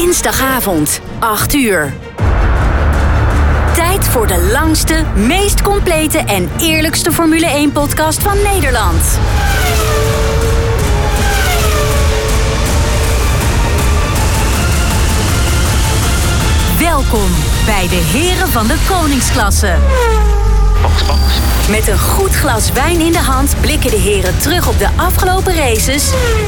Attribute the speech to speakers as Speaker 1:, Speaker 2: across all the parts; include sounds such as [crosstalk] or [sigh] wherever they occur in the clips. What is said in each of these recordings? Speaker 1: Dinsdagavond, 8 uur. Tijd voor de langste, meest complete en eerlijkste Formule 1-podcast van Nederland. Welkom bij de Heren van de Koningsklasse. Met een goed glas wijn in de hand blikken de heren terug op de afgelopen races,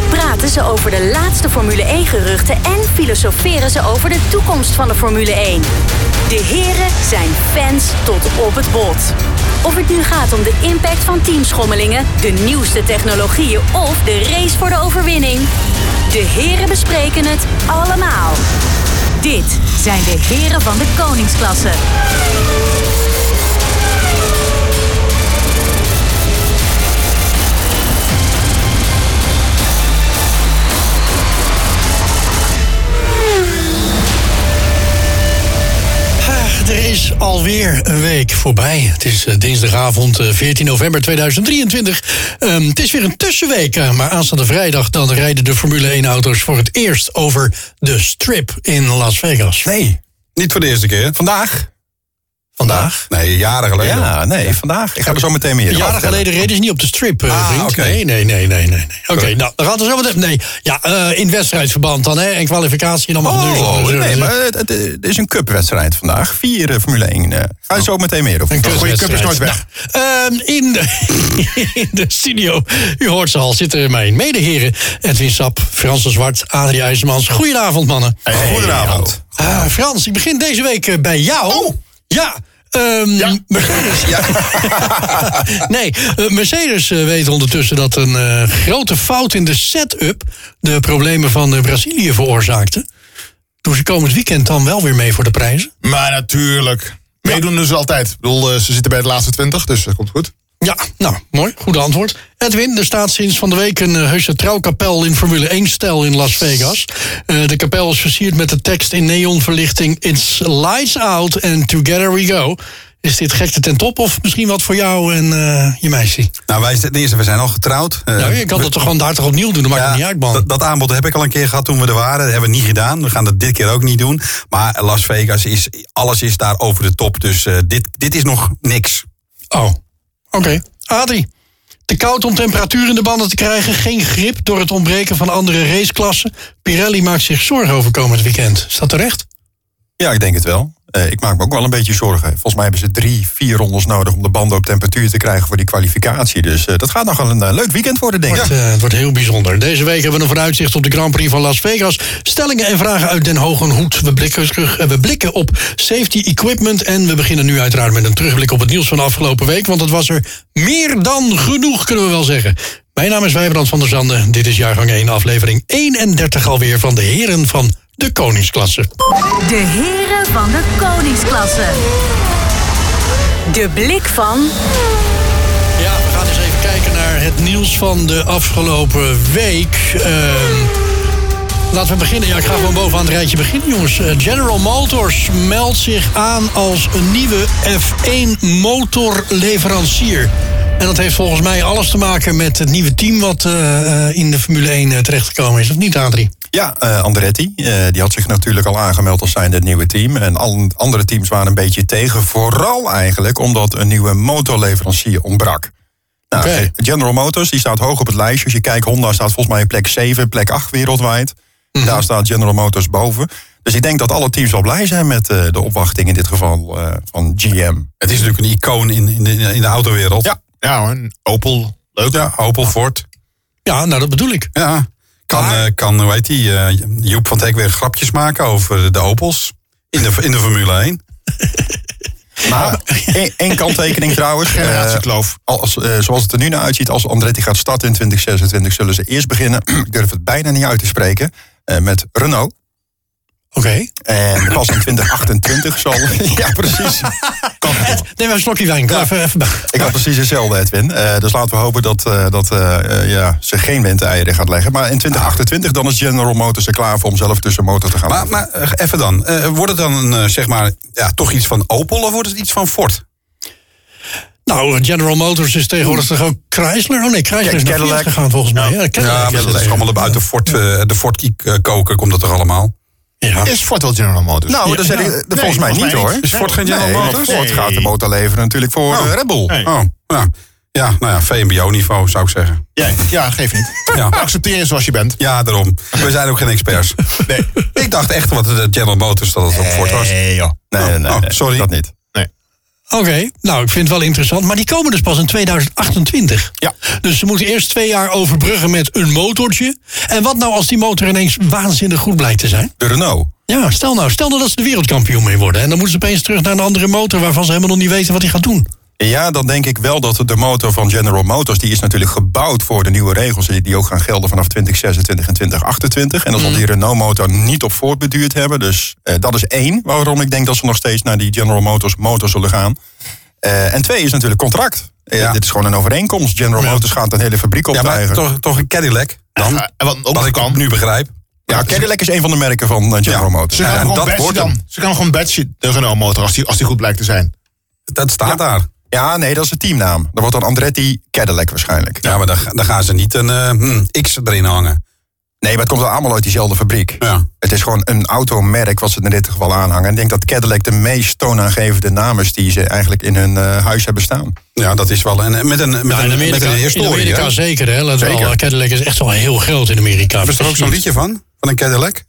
Speaker 1: praten ze over de laatste Formule 1-geruchten en filosoferen ze over de toekomst van de Formule 1. De heren zijn fans tot op het bot. Of het nu gaat om de impact van teamschommelingen, de nieuwste technologieën of de race voor de overwinning. De heren bespreken het allemaal. Dit zijn de heren van de Koningsklasse.
Speaker 2: Ah, Er is alweer een week voorbij. Het is eh, dinsdagavond eh, 14 november 2023. Ehm, het is weer een tussenweek, eh, maar aanstaande vrijdag dan rijden de Formule 1-auto's voor het eerst over de strip in Las Vegas.
Speaker 3: Nee, niet voor de eerste keer. Vandaag?
Speaker 2: Vandaag.
Speaker 3: Nee, jaren geleden.
Speaker 4: Ja, nee, vandaag.
Speaker 3: Ik ga er zo meteen meer over
Speaker 2: Jaren
Speaker 3: vertellen.
Speaker 2: geleden reden ze niet op de strip, eh,
Speaker 3: Ah,
Speaker 2: vriend.
Speaker 3: oké.
Speaker 2: Nee, nee, nee, nee, nee. nee. Oké, nou, dan gaat er zo wat hebben. Nee, ja, eh, in wedstrijdverband dan, hè. En kwalificatie en allemaal
Speaker 3: Oh,
Speaker 2: geneuzel.
Speaker 3: nee, maar het, het- het is een cupwedstrijd vandaag. Vier eh, Formule 1. eh. ga je zo meteen meer over.
Speaker 2: Een
Speaker 3: vertellen. goede cup is nooit weg.
Speaker 2: Nou, ehm, in, de, [laughs] in de studio, u hoort ze al, zitten mijn medeheren Edwin Sap, Frans de Zwart, Adrie IJzermans. Goedenavond, mannen.
Speaker 5: Nou,
Speaker 3: Goedenavond. Oh.
Speaker 2: Ah, Frans, ik begin deze week eh, bij jou. Ja. ehm, Mercedes. [laughs] nee, eh, Mercedes eh, weet ondertussen dat een eh, grote fout in de setup de problemen van eh, Brazilië veroorzaakte. Doen ze komend weekend dan wel weer mee voor de prijzen?
Speaker 5: Maar natuurlijk. Meedoen dus altijd. Ik bedoel, eh, ze zitten bij de laatste twintig, dus dat komt goed.
Speaker 2: Ja, nou, mooi. Goede antwoord. Edwin, er staat sinds van de week een eh, heuse trouwkapel in Formule 1-stijl in Las Vegas. Eh, de kapel is versierd met de tekst in neonverlichting... It's lights out and together we go. Is dit gekte ten top of misschien wat voor jou en eh, je meisje?
Speaker 3: Nou, wij, ten eerste, we zijn al getrouwd. Eh,
Speaker 2: nou, je kan
Speaker 3: we-
Speaker 2: dat toch gewoon daar toch opnieuw doen? Dat maakt
Speaker 3: Ja,
Speaker 2: het niet uit, man.
Speaker 3: dat, dat aanbod heb ik al een keer gehad toen we er waren. Dat hebben we niet gedaan. We gaan dat dit keer ook niet doen. Maar Las Vegas, is, alles is daar over de top. Dus eh, dit, dit is nog niks.
Speaker 2: Oh, oké. Adrie, te koud om temperatuur in de banden te krijgen... geen grip door het ontbreken van andere raceklassen. Pirelli maakt zich zorgen over komend weekend. Is dat terecht?
Speaker 3: Ja, ik denk het wel. Eh, ik maak me ook wel een beetje zorgen. Volgens mij hebben ze drie, vier rondes nodig om de banden op temperatuur te krijgen voor die kwalificatie. Dus eh, dat gaat nog wel een eh, leuk weekend worden, denk ik.
Speaker 2: Het, eh, het wordt heel bijzonder. Deze week hebben we een vooruitzicht op de Grand Prix van Las Vegas. Stellingen en vragen uit Den Hogenhoed. We blikken, terug, eh, we blikken op safety equipment. En we beginnen nu uiteraard met een terugblik op het nieuws van de afgelopen week. Want het was er meer dan genoeg, kunnen we wel zeggen. Mijn naam is Wijbrand van der Zanden. Dit is jaargang 1, aflevering 31 alweer van de heren van de koningsklasse.
Speaker 1: De heren van de koningsklasse. De blik van
Speaker 2: Ja, we gaan eens even kijken naar het nieuws van de afgelopen week. Ehm, laten we beginnen. Ja, ik ga gewoon bovenaan het rijtje beginnen, jongens. Eh, General Motors meldt zich aan als een nieuwe F1 motorleverancier. En dat heeft volgens mij alles te maken met het nieuwe team wat eh, eh, in de Formule 1 terecht terechtgekomen is. Of niet, Adrie?
Speaker 3: Ja, eh, Andretti, eh, die had zich natuurlijk al aangemeld als zijnde het nieuwe team. En al andere teams waren een beetje tegen. Vooral eigenlijk omdat een nieuwe motorleverancier ontbrak. Nou,
Speaker 2: Oké.
Speaker 3: General Motors die staat hoog op het lijstje. Als je kijkt, Honda staat volgens mij plek 7, plek 8 wereldwijd.
Speaker 5: Mhm.
Speaker 3: Daar staat General Motors boven. Dus ik denk dat alle teams wel blij zijn met eh, de opwachting in dit geval eh, van GM.
Speaker 5: Het is natuurlijk een icoon in, in, de, in de autowereld. Ja, ja hoor. Een Opel. Leuk.
Speaker 3: Ja, Opel, Ford.
Speaker 2: Ja, nou, dat bedoel ik.
Speaker 3: Ja, kan, eh, kan hoe heet die, eh, Joep van Teck weer grapjes maken over de Opels in de, in de Formule 1. [laughs] Maar één- één kanttekening trouwens.
Speaker 5: Generatiekloof.
Speaker 3: Eh, als, eh, zoals het er nu naar uitziet, als Andretti gaat starten in 2026... zullen ze eerst beginnen, ik durf het bijna niet uit te spreken... eh, met Renault.
Speaker 2: Oké.
Speaker 3: En pas [laughs] in 2028 [laughs] zal... Ja, precies.
Speaker 2: Neem maar een slokje wijn. Kom even, even bij.
Speaker 3: Ik had precies hetzelfde, Edwin. Eh, dus laten we hopen dat, eh, dat eh, eh, ja, ze geen windeieren gaat leggen. Maar in 2028 dan is General Motors er klaar voor om zelf tussen motor te gaan.
Speaker 5: Maar, maar eh, even dan. Eh, wordt het dan een, eh, zeg maar, ja, toch iets van Opel of wordt het iets van Ford?
Speaker 2: Nou, General Motors is tegenwoordig toch ook Chrysler? Oh nee, Chrysler is naar Fiat
Speaker 3: Cadillac.
Speaker 2: gegaan volgens mij. Ja, Cadillac.
Speaker 5: eh, Ja, maar dat is allemaal uit de Ford, eh, de Ford koken, komt dat toch allemaal?
Speaker 2: Ja.
Speaker 6: Is Ford wel General Motors?
Speaker 7: Nou,
Speaker 2: Ja,
Speaker 7: dat zeg
Speaker 2: ja.
Speaker 3: eh,
Speaker 7: ik,
Speaker 2: Nee,
Speaker 7: dat volgens mij niet hoor.
Speaker 3: Is Ford geen General
Speaker 7: Nee, want
Speaker 3: Motors?
Speaker 7: Ford gaat de motor leveren natuurlijk voor
Speaker 3: Oh.
Speaker 7: eh, Red Bull.
Speaker 6: Nee.
Speaker 3: Oh, ja. Ja, nou ja, VMBO-niveau zou ik zeggen.
Speaker 6: Ja, ja, geef niet.
Speaker 3: Ja.
Speaker 6: Accepteer je zoals je bent.
Speaker 3: Ja, daarom. We zijn ook geen experts.
Speaker 6: Nee.
Speaker 3: Ik dacht echt wat het General Motors dat het op Ford was.
Speaker 6: Nee, joh.
Speaker 7: Nee, nee,
Speaker 3: Oh,
Speaker 7: nee,
Speaker 3: sorry.
Speaker 7: Dat niet.
Speaker 6: Nee.
Speaker 2: Oké, nou, ik vind het wel interessant. Maar die komen dus pas in 2028.
Speaker 6: Ja.
Speaker 2: Dus ze moeten eerst twee jaar overbruggen met een motortje. En wat nou als die motor ineens waanzinnig goed blijkt te zijn?
Speaker 7: De Renault.
Speaker 2: Ja, stel nou, stel nou dat ze de wereldkampioen mee worden. En dan moeten ze opeens terug naar een andere motor waarvan ze helemaal nog niet weten wat hij gaat doen.
Speaker 7: Ja, dan denk ik wel dat de motor van General Motors... die is natuurlijk gebouwd voor de nieuwe regels... die die ook gaan gelden vanaf 2026 en 2028. En dat zal die Renault-motor niet op voortbeduurd hebben. Dus eh, dat is één waarom ik denk dat ze nog steeds... naar die General Motors motor zullen gaan. Eh, en twee is natuurlijk contract. Eh,
Speaker 3: Ja.
Speaker 7: Dit is gewoon een overeenkomst. General Motors gaat een hele fabriek
Speaker 3: Ja, maar
Speaker 7: optuigen.
Speaker 3: toch, toch een Cadillac dan?
Speaker 6: Ja, en wat ook
Speaker 3: Wat
Speaker 6: nog
Speaker 3: ik
Speaker 6: kan.
Speaker 3: nu begrijp.
Speaker 7: ja, Cadillac is een van de merken van eh, General
Speaker 3: Ja.
Speaker 7: Motors.
Speaker 6: Ze gaan
Speaker 3: Ja,
Speaker 6: gewoon
Speaker 3: dat
Speaker 6: batchen
Speaker 3: wordt
Speaker 6: dan.
Speaker 3: hem.
Speaker 6: Ze gaan gewoon batchen de Renault motor als die, als die goed blijkt te zijn.
Speaker 3: Dat staat daar.
Speaker 7: Ja, nee, dat is de teamnaam. Dan wordt dan Andretti Cadillac waarschijnlijk.
Speaker 3: Ja, maar dan, ga- dan gaan ze niet een eh, hm, X erin hangen.
Speaker 7: Nee, maar het komt wel allemaal uit diezelfde fabriek.
Speaker 3: Ja.
Speaker 7: Het is gewoon een automerk wat ze in dit geval aanhangen. Ik denk dat Cadillac de meest toonaangevende naam is die ze eigenlijk in hun eh, huis hebben staan.
Speaker 3: Ja, dat is wel. En eh, met een, met
Speaker 2: Ja,
Speaker 3: een, met een historie.
Speaker 2: Ah, in Amerika
Speaker 3: hè?
Speaker 2: zeker, hè. Let
Speaker 7: Zeker.
Speaker 2: wel, Cadillac is echt wel heel groot in Amerika.
Speaker 3: Er is er ook zo'n liedje van? Van een Cadillac?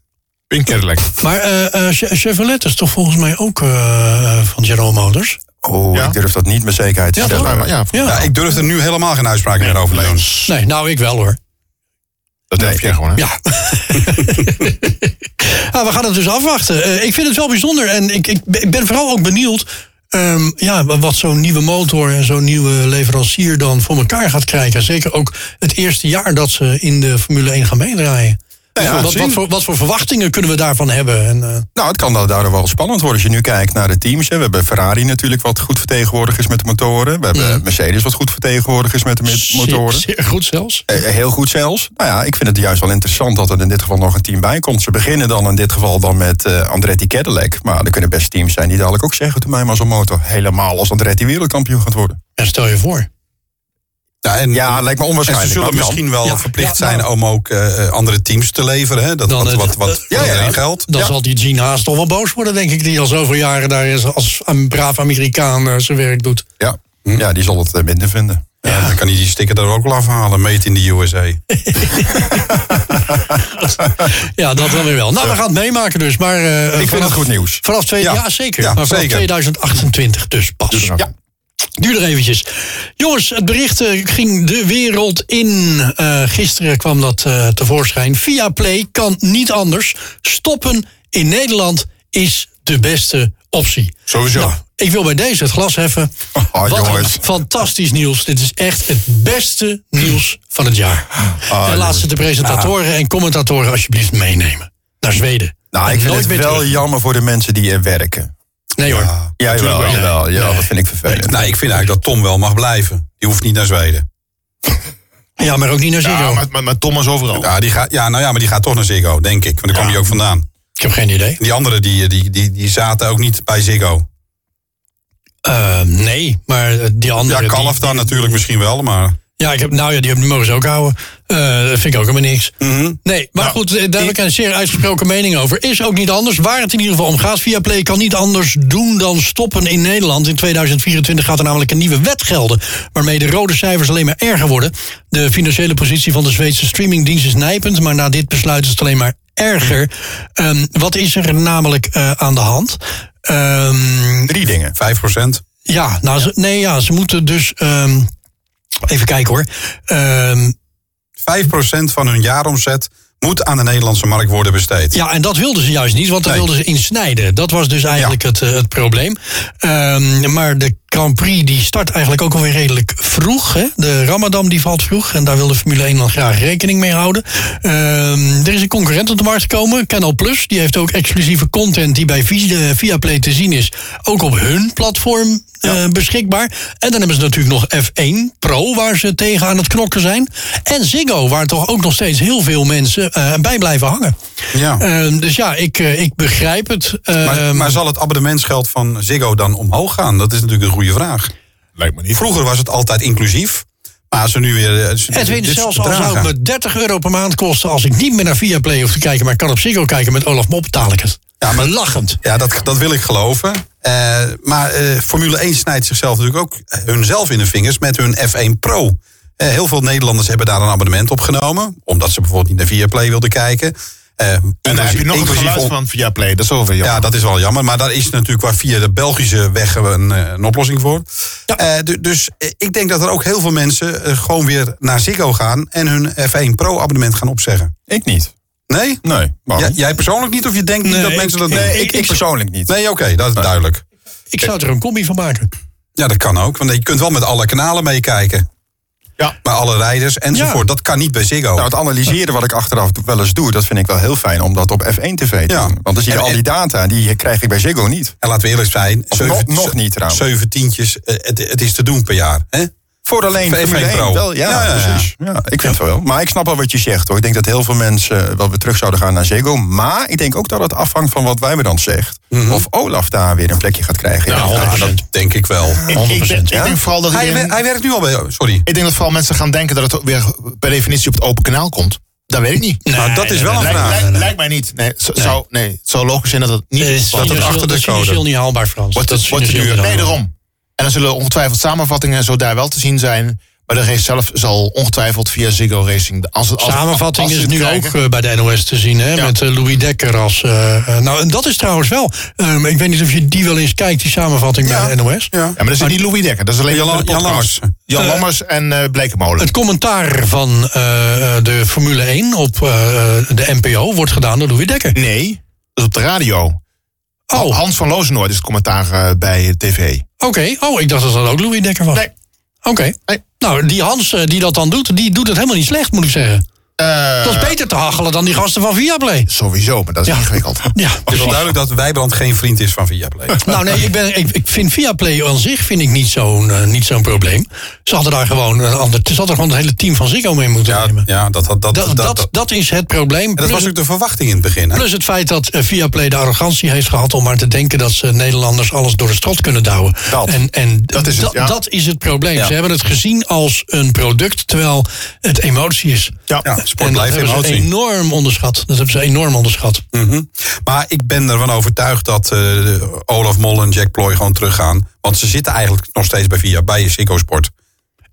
Speaker 6: In Cadillac.
Speaker 2: Maar eh, eh, Che- Chevrolet is toch volgens mij ook eh, van General Motors?
Speaker 7: Oh,
Speaker 6: Ja.
Speaker 7: ik durf dat niet met zekerheid te
Speaker 2: Ja,
Speaker 7: stellen.
Speaker 2: toch?
Speaker 6: Ja, maar ja,
Speaker 2: Ja.
Speaker 3: Ja, ik durf er nu helemaal geen uitspraak meer over te doen.
Speaker 2: Nee, nou ik wel hoor.
Speaker 6: dat durf je gewoon. Hè?
Speaker 2: Ja. Ah, we gaan het dus afwachten. Eh, ik vind het wel bijzonder en ik, ik, ben- ik ben vooral ook benieuwd ehm, ja, wa- wat zo'n nieuwe motor en zo'n nieuwe leverancier dan voor elkaar gaat krijgen. Zeker ook het eerste jaar dat ze in de Formule 1 gaan meedraaien. Dus wat, wat, voor, wat voor verwachtingen kunnen we daarvan hebben? En, eh,
Speaker 7: Nou, het kan da- daardoor wel spannend worden als je nu kijkt naar de teams. hè. We hebben Ferrari natuurlijk wat goed vertegenwoordigd is met de motoren. We hebben Mercedes wat goed vertegenwoordigd is met de met- motoren.
Speaker 2: Zeer, zeer goed zelfs.
Speaker 7: Eh, Heel goed zelfs. Nou ja, ik vind het juist wel interessant dat er in dit geval nog een team bij komt. Ze beginnen dan in dit geval dan met eh, Andretti Cadillac. Maar er kunnen best teams zijn die dadelijk ook zeggen... doe mij maar zo'n motor. Helemaal als Andretti wereldkampioen gaat worden.
Speaker 2: En stel je voor.
Speaker 3: Ja, en,
Speaker 7: Ja, lijkt me
Speaker 3: en ze
Speaker 7: onwaarschijnlijk.
Speaker 3: zullen
Speaker 7: maar het kan.
Speaker 3: misschien wel
Speaker 2: Ja,
Speaker 3: verplicht
Speaker 2: ja,
Speaker 3: zijn
Speaker 2: nou.
Speaker 3: om ook eh, andere teams te leveren. Hè? Dat
Speaker 2: Dan
Speaker 3: wat,
Speaker 2: het-
Speaker 3: wat, wat
Speaker 2: Ja,
Speaker 3: voor
Speaker 7: ja.
Speaker 3: iedereen geldt.
Speaker 2: Dan zal die Gene Haas toch wel boos worden, denk ik. Die al zoveel jaren daar is als een braaf Amerikaan eh, zijn werk doet.
Speaker 7: Ja.
Speaker 2: Hm?
Speaker 7: ja, die zal het eh, minder vinden.
Speaker 3: Ja, dan kan hij die sticker er ook wel afhalen. Made in de USA.
Speaker 2: Ja, dat dan weer wel. Nou, we gaan het meemaken dus. Maar, eh,
Speaker 7: Ik vind
Speaker 2: vanaf-
Speaker 7: het goed nieuws.
Speaker 2: Vanaf twee, ja.
Speaker 3: Ja.
Speaker 2: zeker.
Speaker 3: Ja,
Speaker 2: maar vanaf
Speaker 3: zeker.
Speaker 2: 2028 dus pas. ja. Duur er eventjes. Jongens, het bericht eh, ging de wereld in. Eh, gisteren kwam dat eh, tevoorschijn. Via Play kan niet anders. Stoppen in Nederland is de beste optie.
Speaker 6: Sowieso.
Speaker 2: Nou, ik wil bij deze het glas heffen.
Speaker 7: Oh,
Speaker 2: Wat
Speaker 7: jongens.
Speaker 2: een fantastisch nieuws. Dit is echt het beste nieuws van het jaar.
Speaker 7: Oh,
Speaker 2: en laat ze de presentatoren en commentatoren alsjeblieft meenemen. Naar Zweden.
Speaker 7: Nou,
Speaker 2: En
Speaker 7: ik vind
Speaker 2: nooit
Speaker 7: het
Speaker 2: meer
Speaker 7: wel
Speaker 2: terug.
Speaker 7: jammer voor de mensen die er werken.
Speaker 2: Nee hoor.
Speaker 7: Ja, jawel,
Speaker 2: wel.
Speaker 7: jawel, jawel,
Speaker 2: Nee.
Speaker 7: dat vind ik vervelend.
Speaker 3: Nou, ik vind eigenlijk dat Tom wel mag blijven. Die hoeft niet naar Zweden.
Speaker 2: Ja, maar ook niet naar Ziggo.
Speaker 6: Ja, maar, maar, maar Thomas
Speaker 2: Oh.
Speaker 6: overal.
Speaker 3: Ja, die gaat, ja, nou ja, maar die gaat toch naar Ziggo, denk ik. Want daar kwam hij ook vandaan.
Speaker 2: Ik heb geen idee.
Speaker 3: Die anderen die, die, die, die zaten ook niet bij Ziggo.
Speaker 2: Eh, nee, maar eh, die andere...
Speaker 3: Ja,
Speaker 2: die-
Speaker 3: Kalf dan natuurlijk misschien wel, maar...
Speaker 2: ja, ik heb, nou ja, die hebben- mogen ze ook houden. Eh, dat vind ik ook helemaal niks. Nee, maar goed, eh, daar heb ik een zeer uitgesproken mening over. Is ook niet anders. Waar het in ieder geval om gaat, Viaplay kan niet anders doen dan stoppen in Nederland. In 2024 gaat er namelijk een nieuwe wet gelden, waarmee de rode cijfers alleen maar erger worden. De financiële positie van de Zweedse streamingdienst is nijpend, maar na dit besluit is het alleen maar erger. Ehm, wat is er namelijk eh, aan de hand? Ehm,
Speaker 7: Drie dingen.
Speaker 3: Vijf procent.
Speaker 2: ja, nou, Ze, nee, ja, ze moeten dus. ehm, even kijken hoor. Ehm,
Speaker 3: Vijf procent van hun jaaromzet moet aan de Nederlandse markt worden besteed.
Speaker 2: ja, en dat wilden ze juist niet, want daar
Speaker 3: Nee.
Speaker 2: wilden ze insnijden. Dat was dus eigenlijk het, eh, het probleem. Ehm, maar de Grand Prix die start eigenlijk ook alweer redelijk vroeg. Hè? De Ramadan die valt vroeg en daar wil de Formule 1 dan graag rekening mee houden. Ehm, er is een concurrent op de markt gekomen, Canal Plus. Die heeft ook exclusieve content die bij Via- Viaplay te zien is, ook op hun platform eh, beschikbaar. En dan hebben ze natuurlijk nog F1 Pro, waar ze tegen aan het knokken zijn. En Ziggo, waar toch ook nog steeds heel veel mensen eh, bij blijven hangen.
Speaker 3: Ja.
Speaker 2: Ehm, dus ja, ik, eh, ik begrijp het.
Speaker 3: Maar,
Speaker 2: Ehm,
Speaker 3: maar zal het abonnementsgeld van Ziggo dan omhoog gaan? Dat is natuurlijk een goede vraag.
Speaker 6: Lijkt me niet.
Speaker 3: Vroeger was het altijd inclusief. Maar als ze nu weer... eh, als-
Speaker 2: Edwin,
Speaker 3: dit
Speaker 2: zelfs
Speaker 3: soort
Speaker 2: al zou
Speaker 3: bedragen-
Speaker 2: het me 30 euro per maand kosten... als ik niet meer naar Viaplay hoef te kijken, maar ik kan op Ziggo kijken met Olaf Mop, betaal ik het. Ja, maar lachend.
Speaker 3: Ja, dat, dat wil ik geloven. Eh, maar eh, Formule 1 snijdt zichzelf natuurlijk ook eh, hunzelf in de vingers met hun F1 Pro. Eh, heel veel Nederlanders hebben daar een abonnement op genomen. Omdat ze bijvoorbeeld niet naar Viaplay wilden kijken. Eh,
Speaker 6: En dan heb je
Speaker 3: inclusief-
Speaker 6: nog het
Speaker 3: inclusief
Speaker 6: geluid
Speaker 3: on-
Speaker 6: van via Play. Dat is wel weer jammer.
Speaker 3: ja, dat is wel jammer. Maar daar is natuurlijk qua via de Belgische weg een, eh, een oplossing voor. Eh, du- dus eh, ik denk dat er ook heel veel mensen eh, gewoon weer naar Ziggo gaan... en hun F1 Pro abonnement gaan opzeggen.
Speaker 7: Ik niet.
Speaker 3: Nee?
Speaker 7: Nee, waarom?
Speaker 3: Jij- jij persoonlijk niet of je denkt niet
Speaker 2: Nee,
Speaker 3: dat
Speaker 2: ik-
Speaker 3: mensen dat
Speaker 2: nee,
Speaker 3: doen?
Speaker 7: Oh. ik, ik persoonlijk niet.
Speaker 3: Nee, oké, dat is duidelijk.
Speaker 2: Ik zou er een combi van maken.
Speaker 3: Ja, dat kan ook. Want je kunt wel met alle kanalen meekijken.
Speaker 6: Ja.
Speaker 3: Bij alle rijders enzovoort.
Speaker 2: Ja.
Speaker 3: Dat kan niet bij Ziggo.
Speaker 7: Nou, het analyseren wat ik achteraf wel eens doe, dat vind ik wel heel fijn om dat op F1 TV te
Speaker 3: Ja.
Speaker 7: doen. Want dan zie je
Speaker 3: En-
Speaker 7: al die data, die krijg ik bij Ziggo niet.
Speaker 3: en laten we eerlijk zijn.
Speaker 7: Of nog- nog niet trouwens. Ah,
Speaker 3: Zeven tientjes. eh, Het, het is te doen per jaar. Hè?
Speaker 7: Voor alleen
Speaker 3: Voor
Speaker 7: Formule
Speaker 3: F1
Speaker 7: één
Speaker 3: Pro.
Speaker 7: Wel, ja,
Speaker 3: Ja, ja, ja.
Speaker 7: precies. Ja, ik vind het wel. Maar ik snap wel wat je zegt hoor. Ik denk dat heel veel mensen eh, wel weer terug zouden gaan naar Ziggo. Maar ik denk ook dat het afhangt van wat Wijmerand zegt. Of Olaf daar weer een plekje gaat krijgen.
Speaker 6: Ja,
Speaker 7: Ja,
Speaker 3: Ja, dat denk ik wel.
Speaker 6: Ik- ik, denk,
Speaker 7: ja.
Speaker 6: ik denk vooral dat
Speaker 3: Nou, Hij,
Speaker 6: iedereen-
Speaker 3: wer- hij werkt nu al
Speaker 7: oh,
Speaker 3: bij... Sorry.
Speaker 6: ik denk dat vooral mensen gaan denken dat het weer per definitie op het open kanaal komt. Dat weet ik niet.
Speaker 3: Nou, dat is wel een
Speaker 6: lijkt,
Speaker 3: vraag.
Speaker 6: lijkt- lijkt mij niet. Nee, zo- Zou, nee, het zou logisch zijn dat het niet
Speaker 2: Nee,
Speaker 6: is.
Speaker 2: dat is
Speaker 3: achter de code.
Speaker 2: financieel niet haalbaar, Frans.
Speaker 6: Wordt
Speaker 2: Dat
Speaker 6: het,
Speaker 2: is
Speaker 6: wordt het nu
Speaker 2: financieel niet
Speaker 6: nee,
Speaker 2: haalbaar.
Speaker 6: daarom. En er zullen ongetwijfeld samenvattingen en zo daar wel te zien zijn. Maar de race zelf zal ongetwijfeld via Ziggo Racing... de- Als, het- als,
Speaker 2: Samenvatting
Speaker 6: als ze
Speaker 2: is
Speaker 6: het
Speaker 2: nu
Speaker 6: krijgen.
Speaker 2: ook eh, bij de NOS te zien, hè,
Speaker 6: Ja.
Speaker 2: met eh, Louis Dekker als... eh, eh, nou, en dat is trouwens wel... ehm, ik weet niet of je die wel eens kijkt, die samenvatting bij de NOS.
Speaker 3: Ja.
Speaker 6: Ja, maar dat is niet Louis Dekker. Dat is alleen
Speaker 3: Jan-
Speaker 6: maar de
Speaker 3: Jan
Speaker 6: podcast.
Speaker 3: Lammers.
Speaker 6: Jan Lammers en eh Blekemolen.
Speaker 2: Het commentaar van eh, eh, de Formule 1 op eh, eh, de NPO wordt gedaan door Louis Dekker.
Speaker 6: nee, dat is op de radio.
Speaker 2: Oh, oké.
Speaker 6: Hans van Lozenoord is het commentaar eh, bij tv.
Speaker 2: Oh, ik dacht dat dat ook Louis Dekker was.
Speaker 6: Nee.
Speaker 2: Oké.
Speaker 6: Nee.
Speaker 2: Nou, die Hans eh, die dat dan doet, die doet het helemaal niet slecht, moet ik zeggen.
Speaker 6: Eh,
Speaker 2: Dat is beter te hachelen dan die gasten van Viaplay.
Speaker 6: Sowieso, maar dat is
Speaker 2: Ja.
Speaker 6: ingewikkeld.
Speaker 2: Ja,
Speaker 3: Het is wel
Speaker 2: precies.
Speaker 3: duidelijk dat Wijbrand geen vriend is van Viaplay.
Speaker 2: Nou nee, ik, ben, ik, ik vind Viaplay aan zich vind ik niet zo'n eh, niet zo'n probleem. Ze hadden daar gewoon een ander, ze hadden gewoon het hele team van Ziggo mee moeten
Speaker 3: Ja,
Speaker 2: nemen.
Speaker 3: ja dat, dat, dat,
Speaker 2: Dat, dat, dat, is het probleem.
Speaker 3: en dat was
Speaker 2: Plus-
Speaker 3: ook de verwachting in het begin. Hè?
Speaker 2: Plus het feit dat eh, Viaplay de arrogantie heeft gehad om maar te denken dat ze Nederlanders alles door de strot kunnen douwen.
Speaker 7: Dat.
Speaker 2: en en
Speaker 6: Dat is het,
Speaker 2: dat,
Speaker 6: ja.
Speaker 2: dat is het probleem. Ze hebben het gezien als een product, terwijl het emotie is.
Speaker 6: Ja.
Speaker 3: Ja,
Speaker 2: En
Speaker 3: sport
Speaker 2: dat
Speaker 3: blijft
Speaker 2: hebben ze
Speaker 3: emotie.
Speaker 2: enorm onderschat. Dat hebben ze enorm onderschat.
Speaker 3: Mhm. Maar ik ben ervan overtuigd dat eh, Olaf Mol en Jack Ploy gewoon teruggaan. Want ze zitten eigenlijk nog steeds bij Via, bij Ziggo Sport.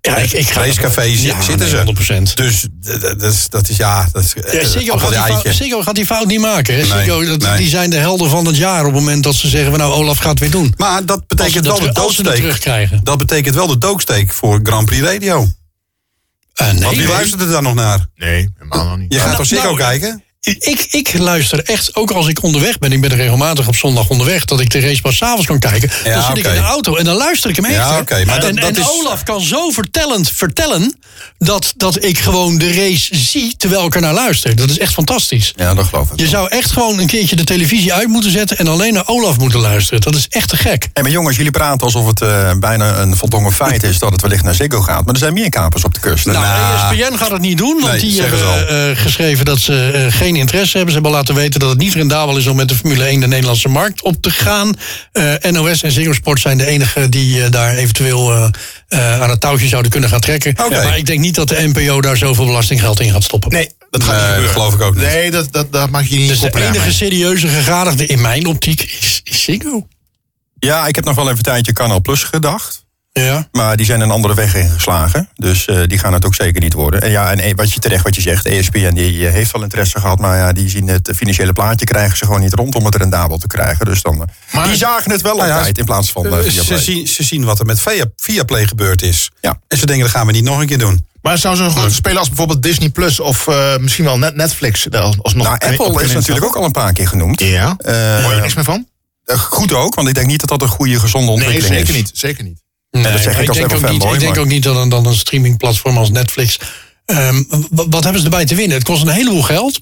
Speaker 2: Ja, ik, ik ga
Speaker 3: Racecafé zi-
Speaker 2: Ja,
Speaker 3: zitten
Speaker 2: nee,
Speaker 3: ze.
Speaker 2: 100%.
Speaker 3: Dus d- d- dat is, dat is ja, dat is eh,
Speaker 2: Ja, Ziggo, gaat
Speaker 3: appeltje
Speaker 2: die fout,
Speaker 3: eitje.
Speaker 2: Ziggo gaat die fout niet maken. hè.
Speaker 3: Nee,
Speaker 2: Ziggo, dat-
Speaker 3: nee.
Speaker 2: Die zijn de helden van het jaar op het moment dat ze zeggen... "We, nou, Olaf gaat het weer doen.
Speaker 3: Maar dat
Speaker 2: Als ze
Speaker 3: betekent
Speaker 2: dat
Speaker 3: wel de
Speaker 2: terug- als ze dat
Speaker 3: doodsteek.
Speaker 2: terugkrijgen.
Speaker 3: Dat betekent wel de doodsteek voor Grand Prix Radio.
Speaker 2: Eh, nee,
Speaker 3: Want wie
Speaker 2: nee.
Speaker 3: luistert er dan nog naar?
Speaker 6: Nee, helemaal nog niet.
Speaker 3: Je gaat
Speaker 2: Nou,
Speaker 3: toch Ziggo
Speaker 2: nou,
Speaker 3: kijken?
Speaker 2: Ik, ik luister echt, ook als ik onderweg ben. Ik ben regelmatig op zondag onderweg. Dat ik de race pas s'avonds kan kijken. dan zit ik
Speaker 3: oké.
Speaker 2: in de auto en dan luister ik hem echt.
Speaker 3: Ja,
Speaker 2: hè.
Speaker 3: oké, maar dat-
Speaker 2: en
Speaker 3: dat
Speaker 2: en
Speaker 3: is-
Speaker 2: Olaf kan zo vertellend vertellen... Dat, dat ik gewoon de race zie terwijl ik er naar luister. Dat is echt fantastisch.
Speaker 3: Ja, dat geloof ik.
Speaker 2: Je zou echt gewoon een keertje de televisie uit moeten zetten... en alleen naar Olaf moeten luisteren. Dat is echt te gek.
Speaker 7: En maar jongens, jullie praten alsof het eh, bijna een voldongen feit is dat het wellicht naar Ziggo gaat. Maar er zijn meer kapers op de kust.
Speaker 2: Nou,
Speaker 7: Nou,
Speaker 2: ESPN gaat het niet doen, want
Speaker 3: Nee,
Speaker 2: die
Speaker 3: zeggen
Speaker 2: hebben
Speaker 3: ze
Speaker 2: eh, geschreven dat ze eh, geen interesse hebben. Ze hebben laten weten dat het niet rendabel is om met de Formule 1 de Nederlandse markt op te gaan. Eh, NOS en Ziggo Sport zijn de enigen die eh, daar eventueel eh, eh, aan het touwtje zouden kunnen gaan trekken.
Speaker 3: Oké.
Speaker 2: Maar ik denk niet dat de NPO daar zoveel belastinggeld in gaat stoppen.
Speaker 6: Nee, dat gaat niet
Speaker 3: Nee, dat
Speaker 6: gebeuren.
Speaker 3: geloof ik ook niet.
Speaker 6: Nee, dat, dat, dat mag je niet
Speaker 2: Dus de
Speaker 6: koppelen aan
Speaker 2: enige
Speaker 6: mij.
Speaker 2: serieuze gegadigde in mijn optiek is, is Ziggo.
Speaker 7: ja, ik heb nog wel even een tijdje Canal Plus gedacht.
Speaker 2: Ja.
Speaker 7: Maar die zijn een andere weg ingeslagen. Dus eh, die gaan het ook zeker niet worden. En ja, en eh, wat je terecht wat je zegt, ESPN die eh, heeft wel interesse gehad. Maar ja, die zien het eh, financiële plaatje krijgen ze gewoon niet rond om het rendabel te krijgen. Dus dan. eh,
Speaker 6: Maar-
Speaker 7: die zagen het wel op
Speaker 3: Nou ja,
Speaker 7: tijd in plaats van. eh, via
Speaker 3: Ze
Speaker 7: Play.
Speaker 3: zien, ze zien wat er met Via- Viaplay gebeurd is.
Speaker 7: Ja.
Speaker 3: En ze denken, dat gaan we niet nog een keer doen.
Speaker 6: Maar zou zo'n grote speler als bijvoorbeeld Disney Plus of eh, misschien wel net Netflix... daar alsnog
Speaker 7: Nou, Apple is natuurlijk ook al een paar keer genoemd.
Speaker 6: Ja,
Speaker 7: Eh,
Speaker 6: hoor je niks meer van?
Speaker 7: eh, goed ook, want ik denk niet dat dat een goede, gezonde
Speaker 6: Nee,
Speaker 7: ontwikkeling
Speaker 6: zeker
Speaker 7: is.
Speaker 6: niet. Zeker niet.
Speaker 2: Nee,
Speaker 7: dat zeg
Speaker 2: maar
Speaker 7: ik als
Speaker 2: denk
Speaker 7: even
Speaker 2: ook niet,
Speaker 7: fanboy,
Speaker 2: Ik denk
Speaker 7: maar-
Speaker 2: ook niet dat een, dat een streamingplatform als Netflix... ehm, wa- wat hebben ze erbij te winnen? Het kost een heleboel geld.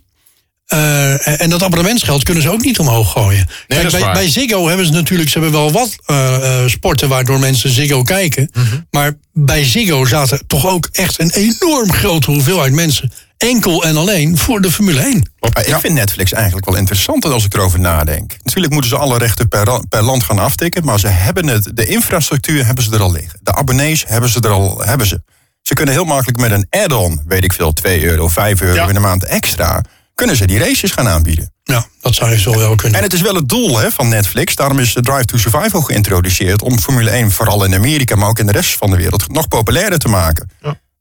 Speaker 2: Eh, en dat abonnementsgeld kunnen ze ook niet omhoog gooien. Kijk,
Speaker 6: dat is
Speaker 2: bij,
Speaker 6: waar.
Speaker 2: bij Ziggo hebben ze natuurlijk ze hebben wel wat eh, eh, sporten waardoor mensen Ziggo kijken.
Speaker 7: Mhm.
Speaker 2: Maar bij Ziggo zaten toch ook echt een enorm grote hoeveelheid mensen. Enkel en alleen voor de Formule 1.
Speaker 7: Maar ik vind Netflix eigenlijk wel interessant als ik erover nadenk. Natuurlijk moeten ze alle rechten per, ra- per land gaan aftikken, maar ze hebben het, de infrastructuur hebben ze er al liggen. De abonnees hebben ze er al, hebben ze. Ze kunnen heel makkelijk met een add-on, weet ik veel, 2 euro, 5 euro
Speaker 6: Ja.
Speaker 7: in de maand extra, kunnen ze die races gaan aanbieden.
Speaker 2: Ja, dat zou je zo wel kunnen.
Speaker 7: En het is wel het doel hè, van Netflix. Daarom is de Drive to Survive ook geïntroduceerd. Om Formule 1 vooral in Amerika, maar ook in de rest van de wereld nog populairder te maken.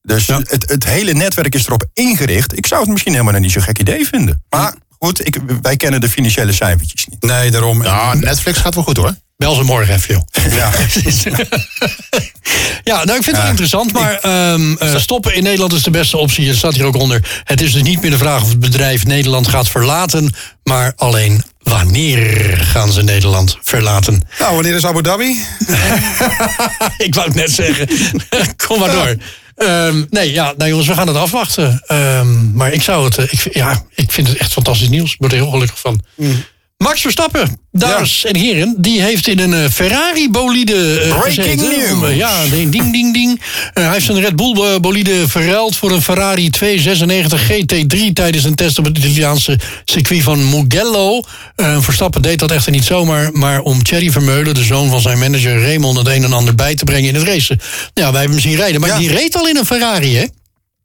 Speaker 7: Dus het, het hele netwerk is erop ingericht. Ik zou het misschien helemaal niet zo'n gek idee vinden. Maar goed, ik, wij kennen de financiële cijfertjes niet.
Speaker 3: Nee, daarom.
Speaker 6: Ja, Ah, Netflix gaat wel goed hoor.
Speaker 2: Bel ze morgen even, joh.
Speaker 7: Ja.
Speaker 3: [laughs]
Speaker 2: Ja, nou, ik vind het wel interessant, maar ehm, eh, stoppen in Nederland is de beste optie. Het staat hier ook onder. Het is dus niet meer de vraag of het bedrijf Nederland gaat verlaten, maar alleen wanneer gaan ze Nederland verlaten.
Speaker 3: Nou, wanneer is Abu Dhabi?
Speaker 2: [laughs] ik wou het net zeggen. [laughs] Kom maar door. Ehm, nee, ja, nou jongens, we gaan het afwachten. Ehm, maar ik zou het, eh, ik, vind- ja, ik vind het echt fantastisch nieuws. Ik word er heel gelukkig van.
Speaker 3: Mm.
Speaker 2: Max Verstappen, dames en heren, die heeft in een eh, Ferrari-bolide eh,
Speaker 7: Breaking
Speaker 2: gezeten.
Speaker 7: news.
Speaker 2: ja, ding, ding, ding, ding. Eh, hij heeft een Red Bull-bolide verruild voor een Ferrari 296 GT3 tijdens een test op het Italiaanse circuit van Mugello. Eh, Verstappen deed dat echter niet zomaar, maar om Thierry Vermeulen, de zoon van zijn manager Raymond, het een en ander bij te brengen in het racen. Ja, wij hebben hem zien rijden, maar
Speaker 7: Ja.
Speaker 2: die reed al in een Ferrari, hè?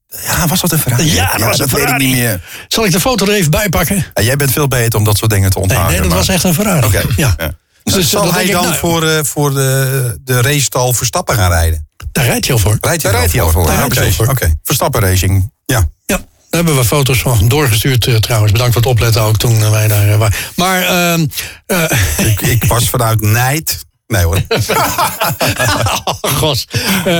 Speaker 7: [laughs] ja, was dat een Ferrari?
Speaker 2: Ja, dat was een
Speaker 7: weet ik
Speaker 2: Ferrari.
Speaker 7: niet meer.
Speaker 2: Zal ik de foto er even bij pakken?
Speaker 7: Ja, jij bent veel beter om dat soort dingen te
Speaker 2: Nee,
Speaker 7: onthouden.
Speaker 2: nee dat
Speaker 7: Ah, maar-
Speaker 2: was echt een Ferrari.
Speaker 7: Oké,
Speaker 2: Ja.
Speaker 7: ja.
Speaker 2: Dus
Speaker 3: Zal
Speaker 2: dat
Speaker 3: hij
Speaker 2: denk ik,
Speaker 3: dan
Speaker 2: nou,
Speaker 3: voor, eh, voor de, de racetal Verstappen gaan rijden?
Speaker 2: Daar rijdt hij al voor.
Speaker 3: Rijdt hij,
Speaker 7: Daar rijdt hij al voor.
Speaker 2: Daar
Speaker 7: Ja,
Speaker 2: rijdt hij
Speaker 7: precies.
Speaker 2: al voor.
Speaker 7: Oké. Verstappen Racing.
Speaker 3: Ja.
Speaker 2: Ja, daar hebben we foto's van doorgestuurd eh, trouwens. Bedankt voor het opletten ook toen eh, wij daar eh, waren. Maar ehm, eh, [laughs]
Speaker 3: Ik, ik was vanuit Nijd. Nee hoor.
Speaker 2: Oh, god. Eh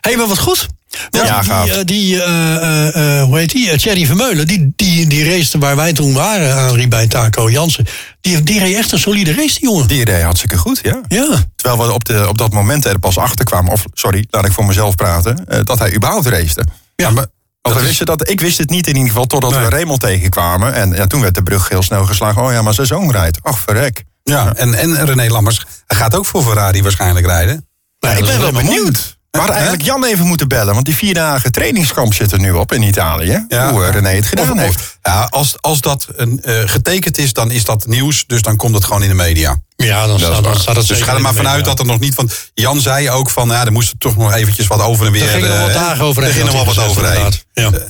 Speaker 2: hey, maar wat goed. Want
Speaker 7: Ja,
Speaker 2: die,
Speaker 7: gaaf.
Speaker 2: eh, die eh, eh, eh, hoe heet die? Eh, Thierry Vermeulen, die, die, die race waar wij toen waren, Adrie, bij Taco Jansen. Die, die reed echt een solide race, die jongen.
Speaker 7: Die reed hartstikke goed, ja.
Speaker 2: Ja.
Speaker 7: Terwijl we op, de, op dat moment er pas achter kwamen, of sorry, laat ik voor mezelf praten, eh, dat hij überhaupt raceerde.
Speaker 2: Ja, maar
Speaker 7: Want we wisten dat, ik wist het niet in ieder geval totdat we Raymond tegenkwamen. En ja, toen werd de brug heel snel geslagen. Oh ja, maar zijn zoon rijdt. Ach, verrek.
Speaker 3: Ja, en, en René Lammers hij gaat ook voor Ferrari waarschijnlijk rijden.
Speaker 2: Nou,
Speaker 7: ik ben wel
Speaker 2: helemaal mooi.
Speaker 7: benieuwd. We hadden eigenlijk Jan even moeten bellen, want die vier dagen trainingskamp zit er nu op in Italië.
Speaker 3: Ja.
Speaker 7: Hoe eh, René het gedaan
Speaker 3: Of- of-
Speaker 7: heeft.
Speaker 3: Ja, als, als dat een, eh, getekend is, dan is dat nieuws. Dus dan komt het gewoon in de media.
Speaker 2: Ja, dan, staat, dan staat het
Speaker 3: Dus
Speaker 2: zeker
Speaker 3: ga er
Speaker 2: in
Speaker 3: maar
Speaker 2: de
Speaker 3: vanuit
Speaker 2: media.
Speaker 3: dat er nog niet van. Jan zei ook van, ja, er moest toch nog eventjes wat over en weer.
Speaker 2: Er gingen nog
Speaker 3: eh,
Speaker 2: wat dagen overheen.
Speaker 3: Er ging nog
Speaker 2: had
Speaker 3: wel wat
Speaker 2: hij gezegd,
Speaker 3: overheen.
Speaker 2: inderdaad.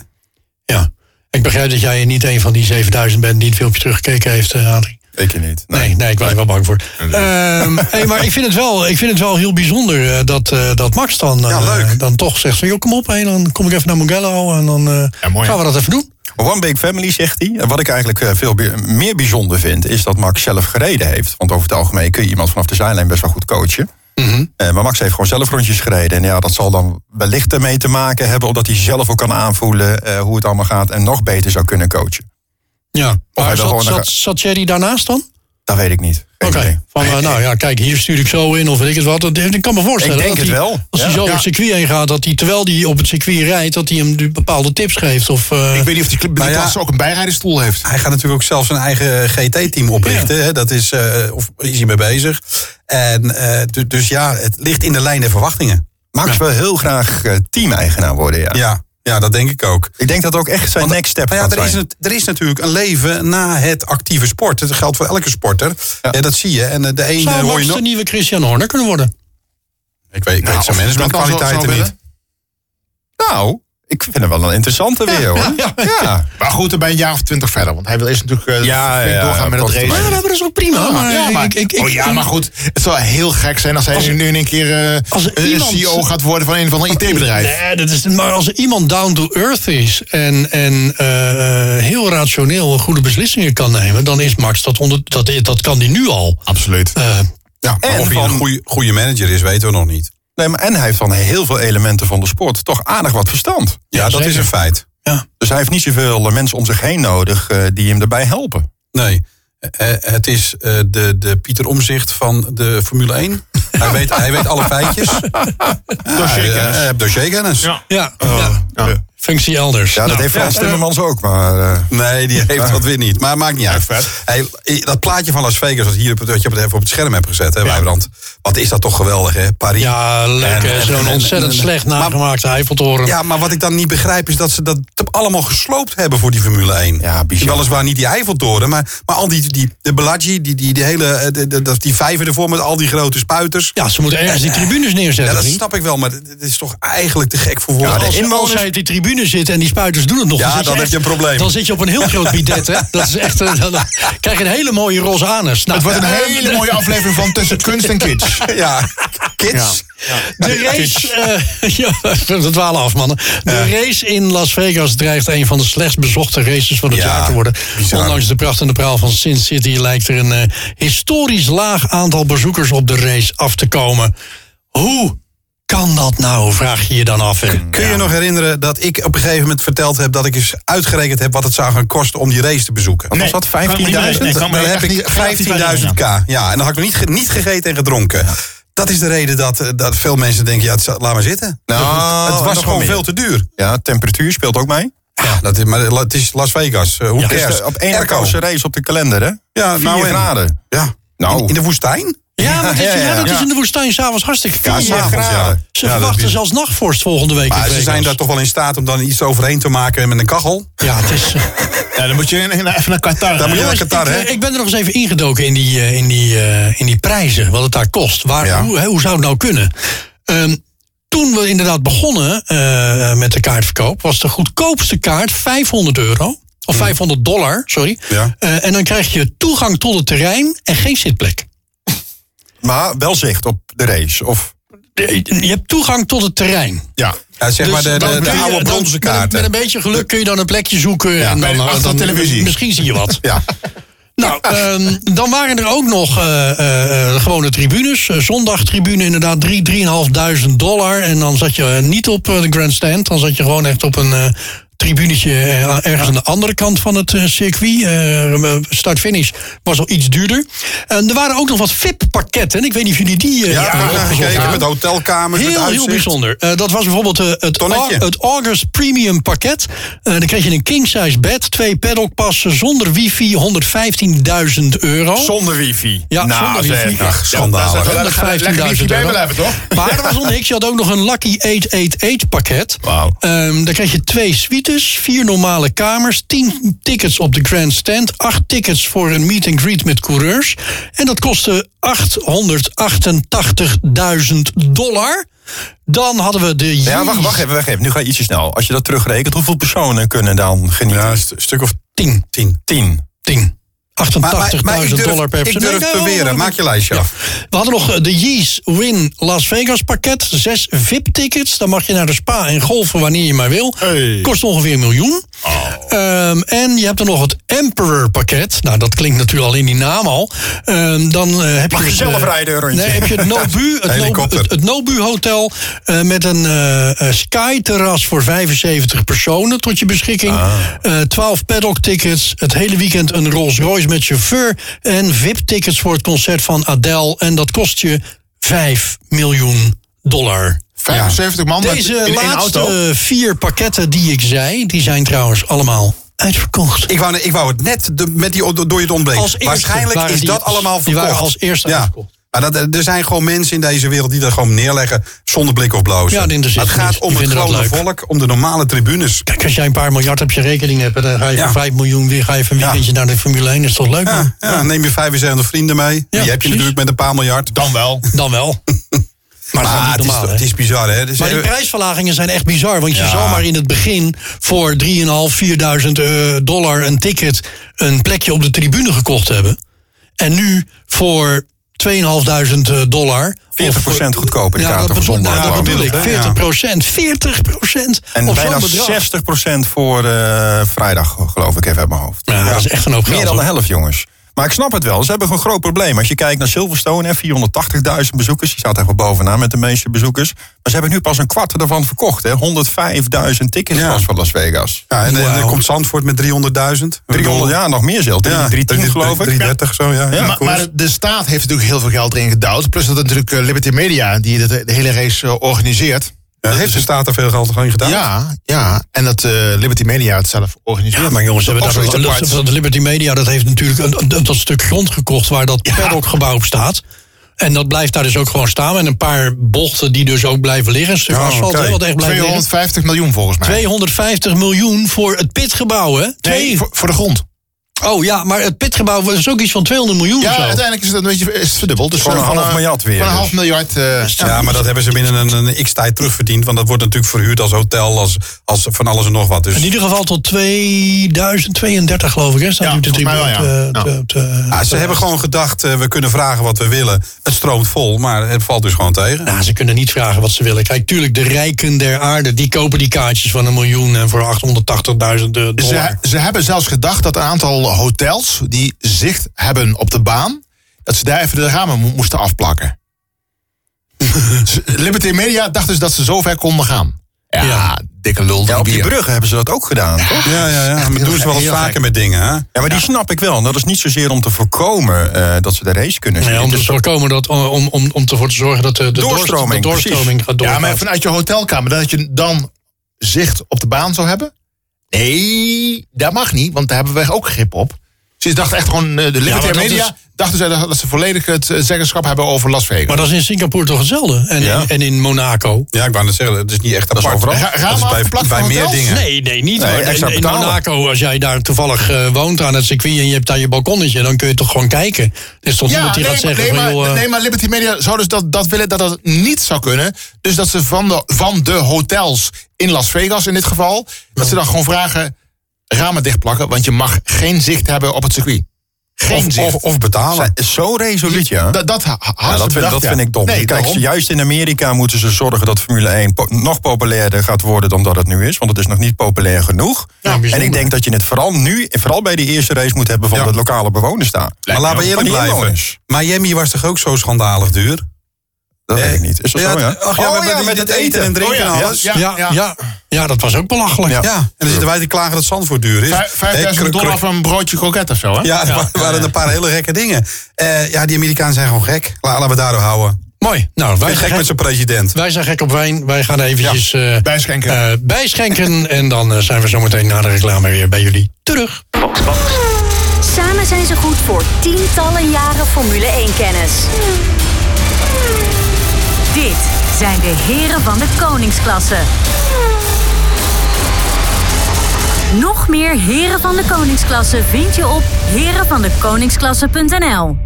Speaker 2: Ja. ja. Ik begrijp dat jij niet een van die 7000 bent die het filmpje teruggekeken heeft, eh, Adrie.
Speaker 7: Weet je niet. Nee.
Speaker 2: Nee, nee, ik was er wel bang voor. Ehm, hey, maar ik vind, het wel, ik vind het wel heel bijzonder eh, dat, eh, dat Max dan, eh,
Speaker 3: Ja, leuk.
Speaker 2: dan toch zegt van... joh, kom op, hey, dan kom ik even naar Mugello en dan eh,
Speaker 6: Ja, mooi, hè?
Speaker 2: gaan we dat even doen.
Speaker 7: One Big Family zegt hij. En Wat ik eigenlijk eh, veel bi- meer bijzonder vind, is dat Max zelf gereden heeft. Want over het algemeen kun je iemand vanaf de zijlijn best wel goed coachen. Eh, maar Max heeft gewoon zelf rondjes gereden. En ja, dat zal dan wellicht ermee te maken hebben, omdat hij zelf ook kan aanvoelen eh, hoe het allemaal gaat en nog beter zou kunnen coachen.
Speaker 2: Ja, maar
Speaker 7: hij wil
Speaker 2: zat,
Speaker 7: gewoon
Speaker 2: zat,
Speaker 7: nog-
Speaker 2: zat Jerry daarnaast dan?
Speaker 7: Dat weet ik niet. Geen
Speaker 2: Oké,
Speaker 7: idee.
Speaker 2: van eh, nou ja, kijk, hier stuur ik zo in of weet ik het wat. Dat- Ik kan me voorstellen
Speaker 7: Ik denk
Speaker 2: dat
Speaker 7: het
Speaker 2: hij,
Speaker 7: wel.
Speaker 2: als hij
Speaker 7: Ja.
Speaker 2: zo
Speaker 7: Ja.
Speaker 2: over het circuit heen gaat... dat hij, terwijl hij op het circuit rijdt, dat hij hem nu bepaalde tips geeft. Of, eh,
Speaker 6: Ik weet niet of die, club,
Speaker 7: Nou
Speaker 6: die
Speaker 3: Maar ja.
Speaker 6: klasse ook een bijrijderstoel heeft.
Speaker 3: Hij gaat natuurlijk ook zelf zijn eigen GT-team oprichten. Hè? Dat is, eh, of is hij mee bezig. En, eh, du- dus ja, het ligt in de lijn der verwachtingen.
Speaker 7: Max wil heel graag eh, team-eigenaar worden, ja.
Speaker 3: Ja, ja dat denk ik ook.
Speaker 7: Ik denk dat ook echt zijn next step
Speaker 3: Maar ja,
Speaker 7: gaat
Speaker 3: er is,
Speaker 7: zijn.
Speaker 3: het- er is natuurlijk een leven na het actieve sport. Dat geldt voor elke sporter. Ja. dat zie je. En eh, de een eh,
Speaker 2: zou
Speaker 3: hoor je
Speaker 2: Max
Speaker 3: nog...
Speaker 2: de nieuwe Christian Horner kunnen worden?
Speaker 3: Ik weet, ik
Speaker 6: Nou,
Speaker 3: weet zijn
Speaker 6: of dat dan zo-
Speaker 3: managementkwaliteiten
Speaker 6: zo
Speaker 3: niet.
Speaker 6: willen?
Speaker 7: Nou, ik vind hem wel een interessante weer, hoor. [laughs] Ja, ja.
Speaker 6: Maar goed, dan ben je een jaar of twintig verder. Want hij wil eerst natuurlijk eh,
Speaker 7: Ja,
Speaker 6: flink
Speaker 7: ja,
Speaker 6: doorgaan met het
Speaker 7: kost
Speaker 6: racen.
Speaker 7: mij.
Speaker 2: Ja, dat is ook prima. Maar,
Speaker 6: Ja, maar,
Speaker 2: ik, ik, ik,
Speaker 6: oh ja, maar goed. Het zou heel gek zijn als Oh, hij nu in een keer eh,
Speaker 2: Als
Speaker 6: een
Speaker 2: iemand-
Speaker 6: CEO gaat worden van een van een IT-bedrijf.
Speaker 2: Nee, dat is, maar als er iemand down to earth is en, en eh, eh, heel rationeel goede beslissingen kan nemen, dan is Max dat onder. Dat, dat kan die nu al.
Speaker 6: Absoluut.
Speaker 2: Eh,
Speaker 3: Ja, maar
Speaker 7: En
Speaker 3: of hij
Speaker 7: van-
Speaker 3: een goede, goede manager is, weten we nog niet.
Speaker 7: Nee, maar en hij heeft van heel veel elementen van de sport toch aardig wat verstand.
Speaker 3: Ja, dat
Speaker 2: zeker.
Speaker 3: is een feit.
Speaker 2: ja.
Speaker 7: Dus hij heeft niet zoveel eh, mensen om zich heen nodig eh, die hem daarbij helpen.
Speaker 3: Nee. Eh, eh, het is eh, de, de Pieter Omzicht van de Formule 1. hij, weet, [laughs] Eh,
Speaker 7: eh,
Speaker 3: hij weet alle feitjes. Dossierkennis. dossierkennis.
Speaker 2: Ja.
Speaker 3: Ja.
Speaker 2: ja. functie elders.
Speaker 7: Ja, dat
Speaker 2: Nou,
Speaker 7: heeft Frans Timmermans ook, maar... eh,
Speaker 3: Nee, die heeft dat weer niet. Maar maakt niet uit. Hey, dat plaatje van Las Vegas, wat, hier op, het- wat je op het- even op het scherm hebt gezet, hè, Wijbrand. Wat is dat toch geweldig, hè? Parijs.
Speaker 2: Nou, Ja, leuk.
Speaker 3: En-
Speaker 2: hè.
Speaker 3: en-
Speaker 2: Zo'n
Speaker 3: en-
Speaker 2: ontzettend
Speaker 3: en-
Speaker 2: slecht
Speaker 3: Maar-
Speaker 2: nagemaakte Eiffeltoren.
Speaker 3: Ja, maar wat ik dan niet begrijp is dat ze dat t- allemaal gesloopt hebben voor die Formule 1.
Speaker 7: Ja, bizar.
Speaker 3: Weliswaar niet die Eiffeltoren, maar, maar al die, die de Bellagio, die, die, die hele, eh, de, de- dat- die vijver ervoor met al die grote spuiters.
Speaker 2: Ja, ze moeten ergens die tribunes
Speaker 3: Ja,
Speaker 2: neerzetten.
Speaker 3: dat
Speaker 2: of niet?
Speaker 3: snap ik wel, maar het is toch eigenlijk te gek voor woorden.
Speaker 2: als,
Speaker 3: Als-
Speaker 2: als
Speaker 3: als
Speaker 2: hij op die tribune zit en die spuiters doen het nog.
Speaker 3: Nou, Ja,
Speaker 2: zit
Speaker 3: dan heb
Speaker 2: echt-
Speaker 3: je een probleem.
Speaker 2: Dan zit je op een heel groot bidet, hè. Dat is echt... eh, Dan, dan krijg je een hele mooie roze anus. Nou,
Speaker 6: Het wordt een
Speaker 2: eh,
Speaker 6: hele
Speaker 2: de-
Speaker 6: mooie aflevering van Tussen Kunst en Kitsch.
Speaker 7: [laughs]
Speaker 3: Ja, kids.
Speaker 2: De race... eh, [laughs] ja, we dwalen af, mannen. De race in Las Vegas dreigt een van de slechts bezochte races van het
Speaker 3: Ja,
Speaker 2: jaar te worden.
Speaker 3: bizar.
Speaker 2: Ondanks de pracht en de praal van Sin City... lijkt er een eh, historisch laag aantal bezoekers op de race af te komen. Hoe kan dat nou, vraag je je dan af. hè?
Speaker 3: Kun je nog herinneren dat ik op een gegeven moment verteld heb dat ik eens uitgerekend heb wat het zou gaan kosten om die race te bezoeken? Wat
Speaker 8: Nee,
Speaker 3: was
Speaker 8: kan ik me
Speaker 3: dat? 15.000?
Speaker 8: niet herinneren. Nee, kan me
Speaker 3: dan
Speaker 8: echt
Speaker 3: heb
Speaker 8: niet-
Speaker 3: ik 15.000 k. Ja, en dan had ik nog niet, ge- niet gegeten en gedronken. Dat is de reden dat, eh, dat veel mensen denken, ja, het zou- laat maar zitten.
Speaker 7: Nou,
Speaker 3: het was
Speaker 7: nog
Speaker 3: gewoon
Speaker 7: wel
Speaker 3: veel te
Speaker 7: meer.
Speaker 3: duur.
Speaker 7: ja, temperatuur speelt ook mee.
Speaker 3: Ja, dat is, maar het is Las Vegas. Eh, Hoe
Speaker 7: Het is
Speaker 3: cares?
Speaker 7: Dus de- op één
Speaker 3: Airco.
Speaker 7: Erko's race op de kalender, hè?
Speaker 3: Ja,
Speaker 7: Vier
Speaker 3: nou en-
Speaker 7: graden.
Speaker 3: Ja.
Speaker 7: Nou.
Speaker 3: In, in de woestijn?
Speaker 2: Ja, maar het is,
Speaker 7: Ja,
Speaker 2: ja,
Speaker 7: ja, ja.
Speaker 2: dat is
Speaker 7: Ja.
Speaker 2: dus in de woestijn s'avonds hartstikke koud.
Speaker 3: Ja, s'avonds, ja.
Speaker 2: Ze
Speaker 3: Ja, dat
Speaker 2: verwachten
Speaker 3: is-
Speaker 2: zelfs nachtvorst volgende week.
Speaker 3: Maar
Speaker 2: in
Speaker 3: ze
Speaker 2: Vegas.
Speaker 3: zijn daar toch wel in staat om dan iets overheen te maken met een kachel?
Speaker 2: Ja, het
Speaker 3: [laughs]
Speaker 2: is...
Speaker 8: Ja, dan moet je in- even naar Qatar.
Speaker 3: Daar moet je naar
Speaker 2: Jongens,
Speaker 3: Qatar,
Speaker 2: ik,
Speaker 3: hè?
Speaker 2: eh, ik ben er nog eens even ingedoken in die, eh, in die, eh, in die prijzen, wat het daar kost. Waar,
Speaker 3: Ja.
Speaker 2: hoe, hè, hoe zou het nou kunnen? Ehm, toen we inderdaad begonnen eh, met de kaartverkoop, was de goedkoopste kaart 500 euro. Of 500 dollar, sorry.
Speaker 3: Hmm. Ja.
Speaker 2: Eh, en dan krijg je toegang tot het terrein en geen zitplek.
Speaker 7: Maar wel zicht op de race. Of,
Speaker 2: Eh, Je hebt toegang tot het terrein.
Speaker 3: Ja. zeg maar
Speaker 2: Dus
Speaker 3: de, de,
Speaker 2: dan
Speaker 3: de
Speaker 2: kun je-
Speaker 3: oude
Speaker 2: dan-
Speaker 3: bronzen
Speaker 2: met een- Met,
Speaker 3: kaarten.
Speaker 2: een beetje geluk kun je dan een plekje zoeken. en dan, eh,
Speaker 6: achter de
Speaker 2: dan-
Speaker 6: televisie.
Speaker 2: Misschien zie je
Speaker 3: [laughs]
Speaker 2: wat.
Speaker 7: ja.
Speaker 2: Nou, ehm, dan waren er ook nog eh, eh, eh, gewone tribunes. Eh, zondagtribune inderdaad, 3, 3.500 dollar. En dan zat je eh, niet op eh, de grandstand. Dan zat je gewoon echt op een eh, tribunetje eh, a- ergens aan de andere kant van het eh, circuit. Eh, Start-finish was al iets duurder. En er waren ook nog wat VIP-pakketten. En ik weet niet of jullie die eh
Speaker 3: Ja,
Speaker 2: hebben
Speaker 3: ja,
Speaker 2: opgezocht
Speaker 3: gekeken
Speaker 2: hebben.
Speaker 3: met hotelkamers, met
Speaker 2: Heel, heel
Speaker 3: uitzicht.
Speaker 2: bijzonder. Eh, dat was bijvoorbeeld eh, het,
Speaker 3: Tonnetje.
Speaker 2: Au- het August Premium pakket. Eh, dan kreeg je een king-size bed, twee paddockpassen zonder wifi, 115.000 euro.
Speaker 7: Zonder wifi.
Speaker 2: Ja,
Speaker 7: Nou,
Speaker 2: zonder wifi.
Speaker 7: zeg, ach,
Speaker 3: Schandalig.
Speaker 6: Ja, dat gaat lekker
Speaker 2: 115.000
Speaker 6: wifi bij
Speaker 2: euro.
Speaker 6: blijven, toch?
Speaker 2: Maar er was nog niks. Je had ook nog een Lucky 888 pakket.
Speaker 7: Wauw.
Speaker 2: Ehm, dan kreeg je twee suites, vier normale kamers, tien tickets op de grandstand, acht tickets voor een meet and greet met coureurs. En dat kostte 888.000 dollar. Dan hadden we de
Speaker 7: Ja, wacht, wacht even, wacht even. Nu ga je ietsje snel. Als je dat terugrekent, hoeveel personen kunnen dan genieten?
Speaker 3: Ja, een st- stuk of
Speaker 2: 10.
Speaker 3: tien.
Speaker 7: Tien.
Speaker 2: 10. 88.000
Speaker 3: Maar- maar- maar ik durf-
Speaker 2: dollar per
Speaker 3: Ik
Speaker 2: persoon.
Speaker 3: durf
Speaker 2: Nee,
Speaker 3: te
Speaker 2: nee,
Speaker 3: beweren,
Speaker 2: nee,
Speaker 3: maak je lijstje af.
Speaker 2: We hadden nog eh, de Yeez Win Las Vegas pakket. Zes VIP-tickets. Dan mag je naar de spa en golven wanneer je maar wil. Kost ongeveer een miljoen. Ehm, en je hebt er nog het Emperor pakket. Nou, dat klinkt natuurlijk al in die naam al. Ehm, dan eh, heb je
Speaker 7: je
Speaker 2: het,
Speaker 7: zelf
Speaker 2: eh,
Speaker 7: rijden, een rondje?
Speaker 2: Nee, heb je
Speaker 3: [laughs]
Speaker 2: het Nobu, het Nobu,
Speaker 3: Helikopter.
Speaker 2: het, het Nobu Hotel eh, met een eh sky-terras voor 75 personen tot je beschikking.
Speaker 3: Ah.
Speaker 2: Eh, 12 paddock tickets, het hele weekend een Rolls Royce met chauffeur en VIP-tickets voor het concert van Adele. En dat kost je 5 miljoen dollar.
Speaker 6: 75 man met-
Speaker 2: Deze
Speaker 6: in één
Speaker 2: laatste
Speaker 6: auto.
Speaker 2: eh, vier pakketten die ik zei, die zijn trouwens allemaal uitverkocht.
Speaker 3: Ik wou, ik wou het net de- met die, o- door je het ontbreken.
Speaker 2: Als eerste
Speaker 3: Waarschijnlijk
Speaker 2: waren
Speaker 3: is
Speaker 2: die
Speaker 3: dat
Speaker 2: als-
Speaker 3: allemaal
Speaker 2: die
Speaker 3: verkocht.
Speaker 2: waren als eerste
Speaker 3: ja.
Speaker 2: uitverkocht.
Speaker 3: Maar dat, eh, er zijn gewoon mensen in deze wereld die dat gewoon neerleggen zonder blik of blozen.
Speaker 2: Ja, die interesseert
Speaker 3: het
Speaker 2: me
Speaker 3: gaat
Speaker 2: niet.
Speaker 3: om
Speaker 2: Die
Speaker 3: het
Speaker 2: vinden dat
Speaker 3: gewone
Speaker 2: leuk.
Speaker 3: volk, om de normale tribunes.
Speaker 2: Kijk, als jij een paar miljard op je rekening hebt, dan ga je
Speaker 3: Ja.
Speaker 2: voor 5 miljoen weer ga je even een
Speaker 3: Ja.
Speaker 2: weekendje naar de Formule 1. Dat is toch leuk, man?
Speaker 3: Ja,
Speaker 7: Ah,
Speaker 3: ja, neem je 75 vrienden mee. die heb je
Speaker 2: precies.
Speaker 3: natuurlijk met een paar miljard. Dan wel.
Speaker 2: Dan wel. Maar,
Speaker 7: Ah,
Speaker 2: dat is
Speaker 3: Maar
Speaker 2: niet
Speaker 3: het is,
Speaker 2: normaal, hè?
Speaker 3: het is bizar, hè? Dus
Speaker 2: Maar
Speaker 7: eh,
Speaker 2: die
Speaker 3: hebben-
Speaker 2: prijsverlagingen zijn echt bizar. Want je
Speaker 3: Ja.
Speaker 2: zou maar in het begin voor 3.500, 4.000 eh, dollar een ticket... een plekje op de tribune gekocht hebben. En nu voor 2.500 dollar...
Speaker 7: 40% goedkoper, die
Speaker 2: Ja, dat
Speaker 7: kaarten
Speaker 2: bedoel,
Speaker 7: voor zondag.
Speaker 2: nou, dat
Speaker 7: gewoon.
Speaker 2: bedoel ik.
Speaker 3: hè?
Speaker 2: 40 procent. 40 procent.
Speaker 7: En
Speaker 2: op zo'n
Speaker 7: bijna
Speaker 2: bedrag.
Speaker 7: 60% voor eh, vrijdag, geloof ik, even uit mijn hoofd.
Speaker 2: Ja, dat is echt een hoop
Speaker 7: Meer
Speaker 2: geld,
Speaker 7: dan de
Speaker 2: hoor.
Speaker 7: helft, jongens. Maar ik snap het wel. Ze hebben een groot probleem. Als je kijkt naar Silverstone, hè, 480.000 bezoekers. Die staat echt wel bovenaan met de meeste bezoekers. Maar ze hebben nu pas een kwart ervan verkocht. hè. 105.000 tickets
Speaker 3: Ja.
Speaker 7: was van Las Vegas.
Speaker 3: ja, en, en dan
Speaker 2: Wauw.
Speaker 3: komt Zandvoort met 300.000.
Speaker 7: 300 jaar, nog meer zelfs.
Speaker 3: Ja,
Speaker 7: 310
Speaker 3: drie-
Speaker 7: geloof ik.
Speaker 3: 330 zo, ja.
Speaker 6: Maar,
Speaker 3: koers.
Speaker 6: maar de staat heeft natuurlijk heel veel geld erin gedouwd. Plus dat natuurlijk eh, Liberty Media, die de, de hele race eh, organiseert.
Speaker 3: heeft
Speaker 7: dus-
Speaker 3: de staat er veel geld aan gedaan?
Speaker 6: Ja, ja. En dat eh, Liberty Media het zelf organiseert.
Speaker 2: Ja, maar jongens, hebben
Speaker 6: Ook
Speaker 2: dat,
Speaker 6: zoiets
Speaker 2: dat,
Speaker 6: aparts.
Speaker 2: dat Liberty Media dat heeft natuurlijk een, dat- dat stuk grond gekocht waar dat paddockgebouw op staat. En dat blijft daar dus ook gewoon staan. En een paar bochten die dus ook blijven liggen. Een stuk
Speaker 3: Ja,
Speaker 2: asfalt
Speaker 3: oké.
Speaker 2: hè, wat echt blijft liggen.
Speaker 6: 250 miljoen volgens mij.
Speaker 2: 250 miljoen voor het pitgebouw, hè? Twee.
Speaker 6: nee, voor, voor de grond.
Speaker 2: Oh ja, maar het pitgebouw was dus ook iets van 200 miljoen
Speaker 6: Ja,
Speaker 2: of zo.
Speaker 6: uiteindelijk is het, een beetje, is het verdubbeld. Dus
Speaker 7: Van een
Speaker 6: eh,
Speaker 7: half
Speaker 6: eh,
Speaker 7: miljard weer
Speaker 6: Van een
Speaker 7: dus.
Speaker 6: half miljard. eh,
Speaker 3: Ja, maar dat hebben ze binnen een, een x-tijd terugverdiend. Want dat wordt natuurlijk verhuurd als hotel, als, als van alles en nog wat. Dus
Speaker 2: In ieder geval tot 2032 geloof ik, hè? Staat
Speaker 6: Ja,
Speaker 2: nu te
Speaker 6: volgens mij wel, ja.
Speaker 2: op, eh,
Speaker 6: Ja.
Speaker 2: op de-
Speaker 3: ja, ze hebben gewoon gedacht, eh, we kunnen vragen wat we willen. Het stroomt vol, maar het valt dus gewoon tegen.
Speaker 2: Nou, ze kunnen niet vragen wat ze willen. Kijk, tuurlijk, de rijken der aarde, die kopen die kaartjes van een miljoen en voor 880.000 dollar.
Speaker 6: Ze, ze hebben zelfs gedacht dat een aantal hotels die zicht hebben op de baan, dat ze daar even de ramen mo- moesten afplakken. Ze- Liberty Media dacht dus dat ze zo ver konden gaan. Ja,
Speaker 2: Ja.
Speaker 6: dikke lul.
Speaker 7: Ja, op die
Speaker 6: bier.
Speaker 7: bruggen hebben ze dat ook gedaan, toch?
Speaker 3: Ja, ja, ja. Maar
Speaker 6: heel
Speaker 3: doen ze wel eens
Speaker 6: gek, heel
Speaker 3: vaker
Speaker 6: gek.
Speaker 3: met dingen, hè?
Speaker 7: Ja, maar die snap ik wel. En dat is niet zozeer om te voorkomen eh, dat ze de race kunnen zien.
Speaker 2: Nee, om,
Speaker 7: Het
Speaker 2: te
Speaker 7: is-
Speaker 2: voorkomen dat, om, om, om ervoor te zorgen dat eh, de, de
Speaker 7: Doorstroming,
Speaker 2: doorst- de doorstroming gaat
Speaker 6: Ja,
Speaker 2: doorgaan.
Speaker 6: maar vanuit je hotelkamer, dat je dan zicht op de baan zou hebben? Nee, dat mag niet, want daar hebben wij ook grip op. Ze dacht echt gewoon, eh, de Liberty
Speaker 2: maar dat
Speaker 6: Media
Speaker 2: is-
Speaker 6: dachten zij dat dat ze volledig het eh, zeggenschap hebben over Las Vegas.
Speaker 2: Maar dat is in Singapore toch hetzelfde? En,
Speaker 7: Ja.
Speaker 2: en, in Monaco?
Speaker 3: Ja, ik wou net zeggen, het is niet echt apart.
Speaker 6: overal. Ra- ramen
Speaker 3: Dat is bij,
Speaker 6: afgeplakt
Speaker 3: bij
Speaker 6: van
Speaker 3: meer
Speaker 6: hotels?
Speaker 3: dingen.
Speaker 2: Nee, nee, niet.
Speaker 7: Nee,
Speaker 2: maar in,
Speaker 7: extra
Speaker 2: in
Speaker 7: betalen.
Speaker 2: Monaco, als jij daar toevallig eh, woont aan het circuit en je hebt daar je balkonnetje, dan kun je toch gewoon kijken. Er is toch niemand die
Speaker 6: nee,
Speaker 2: gaat
Speaker 6: maar-
Speaker 2: zeggen
Speaker 6: nee,
Speaker 2: van,
Speaker 6: maar,
Speaker 2: joh, eh,
Speaker 6: nee, maar Liberty Media zou dus dat, dat willen dat dat niet zou kunnen. Dus dat ze van de, van de hotels in Las Vegas in dit geval... dat ze dan gewoon vragen, ramen dichtplakken... want je mag geen zicht hebben op het circuit. Geen
Speaker 7: Of,
Speaker 6: zicht.
Speaker 7: of, of betalen. Zo'n resoluut, ja.
Speaker 6: dat dat, ha- hadden
Speaker 7: Ja,
Speaker 6: ze
Speaker 7: dat, vind,
Speaker 6: bedacht,
Speaker 7: dat
Speaker 6: ja.
Speaker 7: vind ik dom.
Speaker 6: Nee,
Speaker 7: Kijk,
Speaker 6: daarom.
Speaker 7: juist in Amerika moeten ze zorgen dat Formule 1 po- nog populairder gaat worden dan dat het nu is. Want het is nog niet populair genoeg. en
Speaker 2: bijzonder.
Speaker 7: ik denk dat je het vooral nu, vooral bij die eerste race, moet hebben van
Speaker 3: Ja.
Speaker 7: de lokale bewoners daar.
Speaker 3: Maar laten we eerlijk
Speaker 7: Van die
Speaker 3: blijven.
Speaker 7: inwoners.
Speaker 3: Miami was toch ook zo schandalig duur?
Speaker 7: Dat
Speaker 3: Eh,
Speaker 7: weet ik niet. Is dat
Speaker 3: ja,
Speaker 7: zo, ja?
Speaker 3: het- ach ja,
Speaker 7: Oh
Speaker 3: we hebben die- dit eten en drinken en alles.
Speaker 6: Ja,
Speaker 2: Oh ja, ja.
Speaker 6: ja.
Speaker 2: Ja, dat was ook belachelijk.
Speaker 7: Ja.
Speaker 3: Ja, en dan zitten wij te klagen dat Zandvoort duur is.
Speaker 6: Vijf-
Speaker 3: Eh,
Speaker 6: 5000
Speaker 3: kru-
Speaker 6: dollar
Speaker 3: kru-
Speaker 6: voor een broodje kroket of zo, hè?
Speaker 3: Ja, er wa- waren een paar hele gekke dingen. Eh, ja, die Amerikanen zijn gewoon gek. La- Laten we daardoor houden.
Speaker 2: Mooi. Nou, wij
Speaker 3: Wij
Speaker 2: gaan
Speaker 3: gek met zijn president.
Speaker 2: Wij zijn gek op wijn. Wij gaan eventjes eh,
Speaker 6: bijschenken.
Speaker 2: eh, bijschenken. en dan eh, zijn we zometeen na de reclame weer bij jullie terug.
Speaker 1: Samen zijn ze goed voor tientallen jaren Formule 1-kennis. Dit zijn de heren van de koningsklasse. Nog meer heren van de koningsklasse vind je op herenvandekoningsklasse.nl.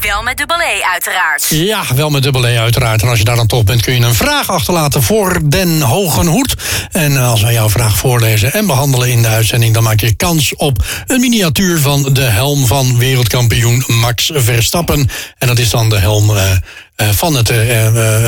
Speaker 1: Wel met dubbel E uiteraard.
Speaker 2: Ja, wel met dubbel E uiteraard. En als je daar dan toch bent, kun je een vraag achterlaten voor Den Hogenhoed. En eh, als wij jouw vraag voorlezen en behandelen in de uitzending... dan maak je kans op een miniatuur van de helm van wereldkampioen Max Verstappen. En dat is dan de helm... eh, eh, van, het, eh, eh,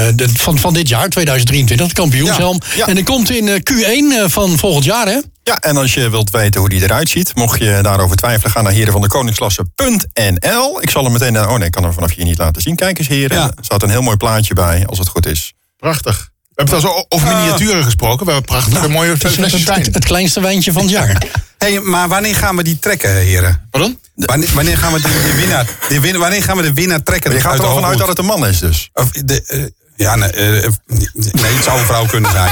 Speaker 2: eh, de- van, van dit jaar, 2023, de kampioenshelm.
Speaker 7: Ja, ja.
Speaker 2: En die komt in eh, Q1 eh, van volgend jaar, hè?
Speaker 7: Ja, en als je wilt weten hoe die eruit ziet, mocht je daarover twijfelen, ga naar herenvandekoningsklasse.nl. Ik zal hem meteen, oh nee, ik kan hem vanaf hier niet laten zien. Kijk eens, heren.
Speaker 3: Ja.
Speaker 7: Er staat een heel mooi plaatje bij, als het goed is.
Speaker 6: Prachtig. We hebben trouwens o-
Speaker 2: Ah.
Speaker 6: over miniaturen gesproken. We hebben prachtige mooie
Speaker 2: Het, is
Speaker 6: flesjes
Speaker 2: het, het,
Speaker 6: wijn.
Speaker 2: het kleinste wijntje van het jaar.
Speaker 3: [laughs] Hey, maar wanneer gaan we die trekken, heren?
Speaker 6: Pardon?
Speaker 3: Wanneer, wanneer gaan we die, die winnaar, die win- wanneer gaan we de winnaar trekken?
Speaker 7: Maar je gaat er al vanuit dat het een man is, dus.
Speaker 3: Of de, eh, ja, nee, eh, nee, het zou een vrouw kunnen zijn.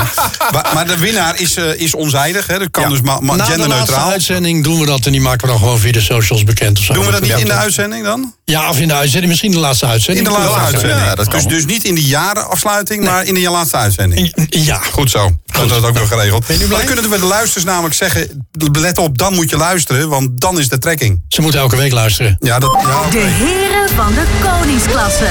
Speaker 3: maar, maar de winnaar is, eh, is onzijdig. Hè? Dat kan
Speaker 7: Ja.
Speaker 3: dus ma- ma-
Speaker 2: Na Nou, de laatste
Speaker 3: genderneutraal.
Speaker 2: uitzending doen we dat en die maken we dan gewoon via de socials bekend. Of zo.
Speaker 3: Doen we dat niet in de
Speaker 2: Ja,
Speaker 3: uitzending dan?
Speaker 2: Ja, of in de uitzending. Misschien de laatste
Speaker 3: In
Speaker 2: uitzending.
Speaker 3: de laatste uitzending.
Speaker 7: Ja, dat kan.
Speaker 3: dus, dus niet in de jarenafsluiting, maar in de laatste uitzending.
Speaker 2: Ja,
Speaker 3: Goed zo. Goed, dat is ook nog geregeld.
Speaker 2: je nu blij?
Speaker 3: Dan kunnen we de luisters namelijk zeggen... let op, dan moet je luisteren, want dan is de trekking.
Speaker 2: ze moeten elke week luisteren.
Speaker 3: Ja, dat... Ja,
Speaker 1: De heren van de koningsklasse.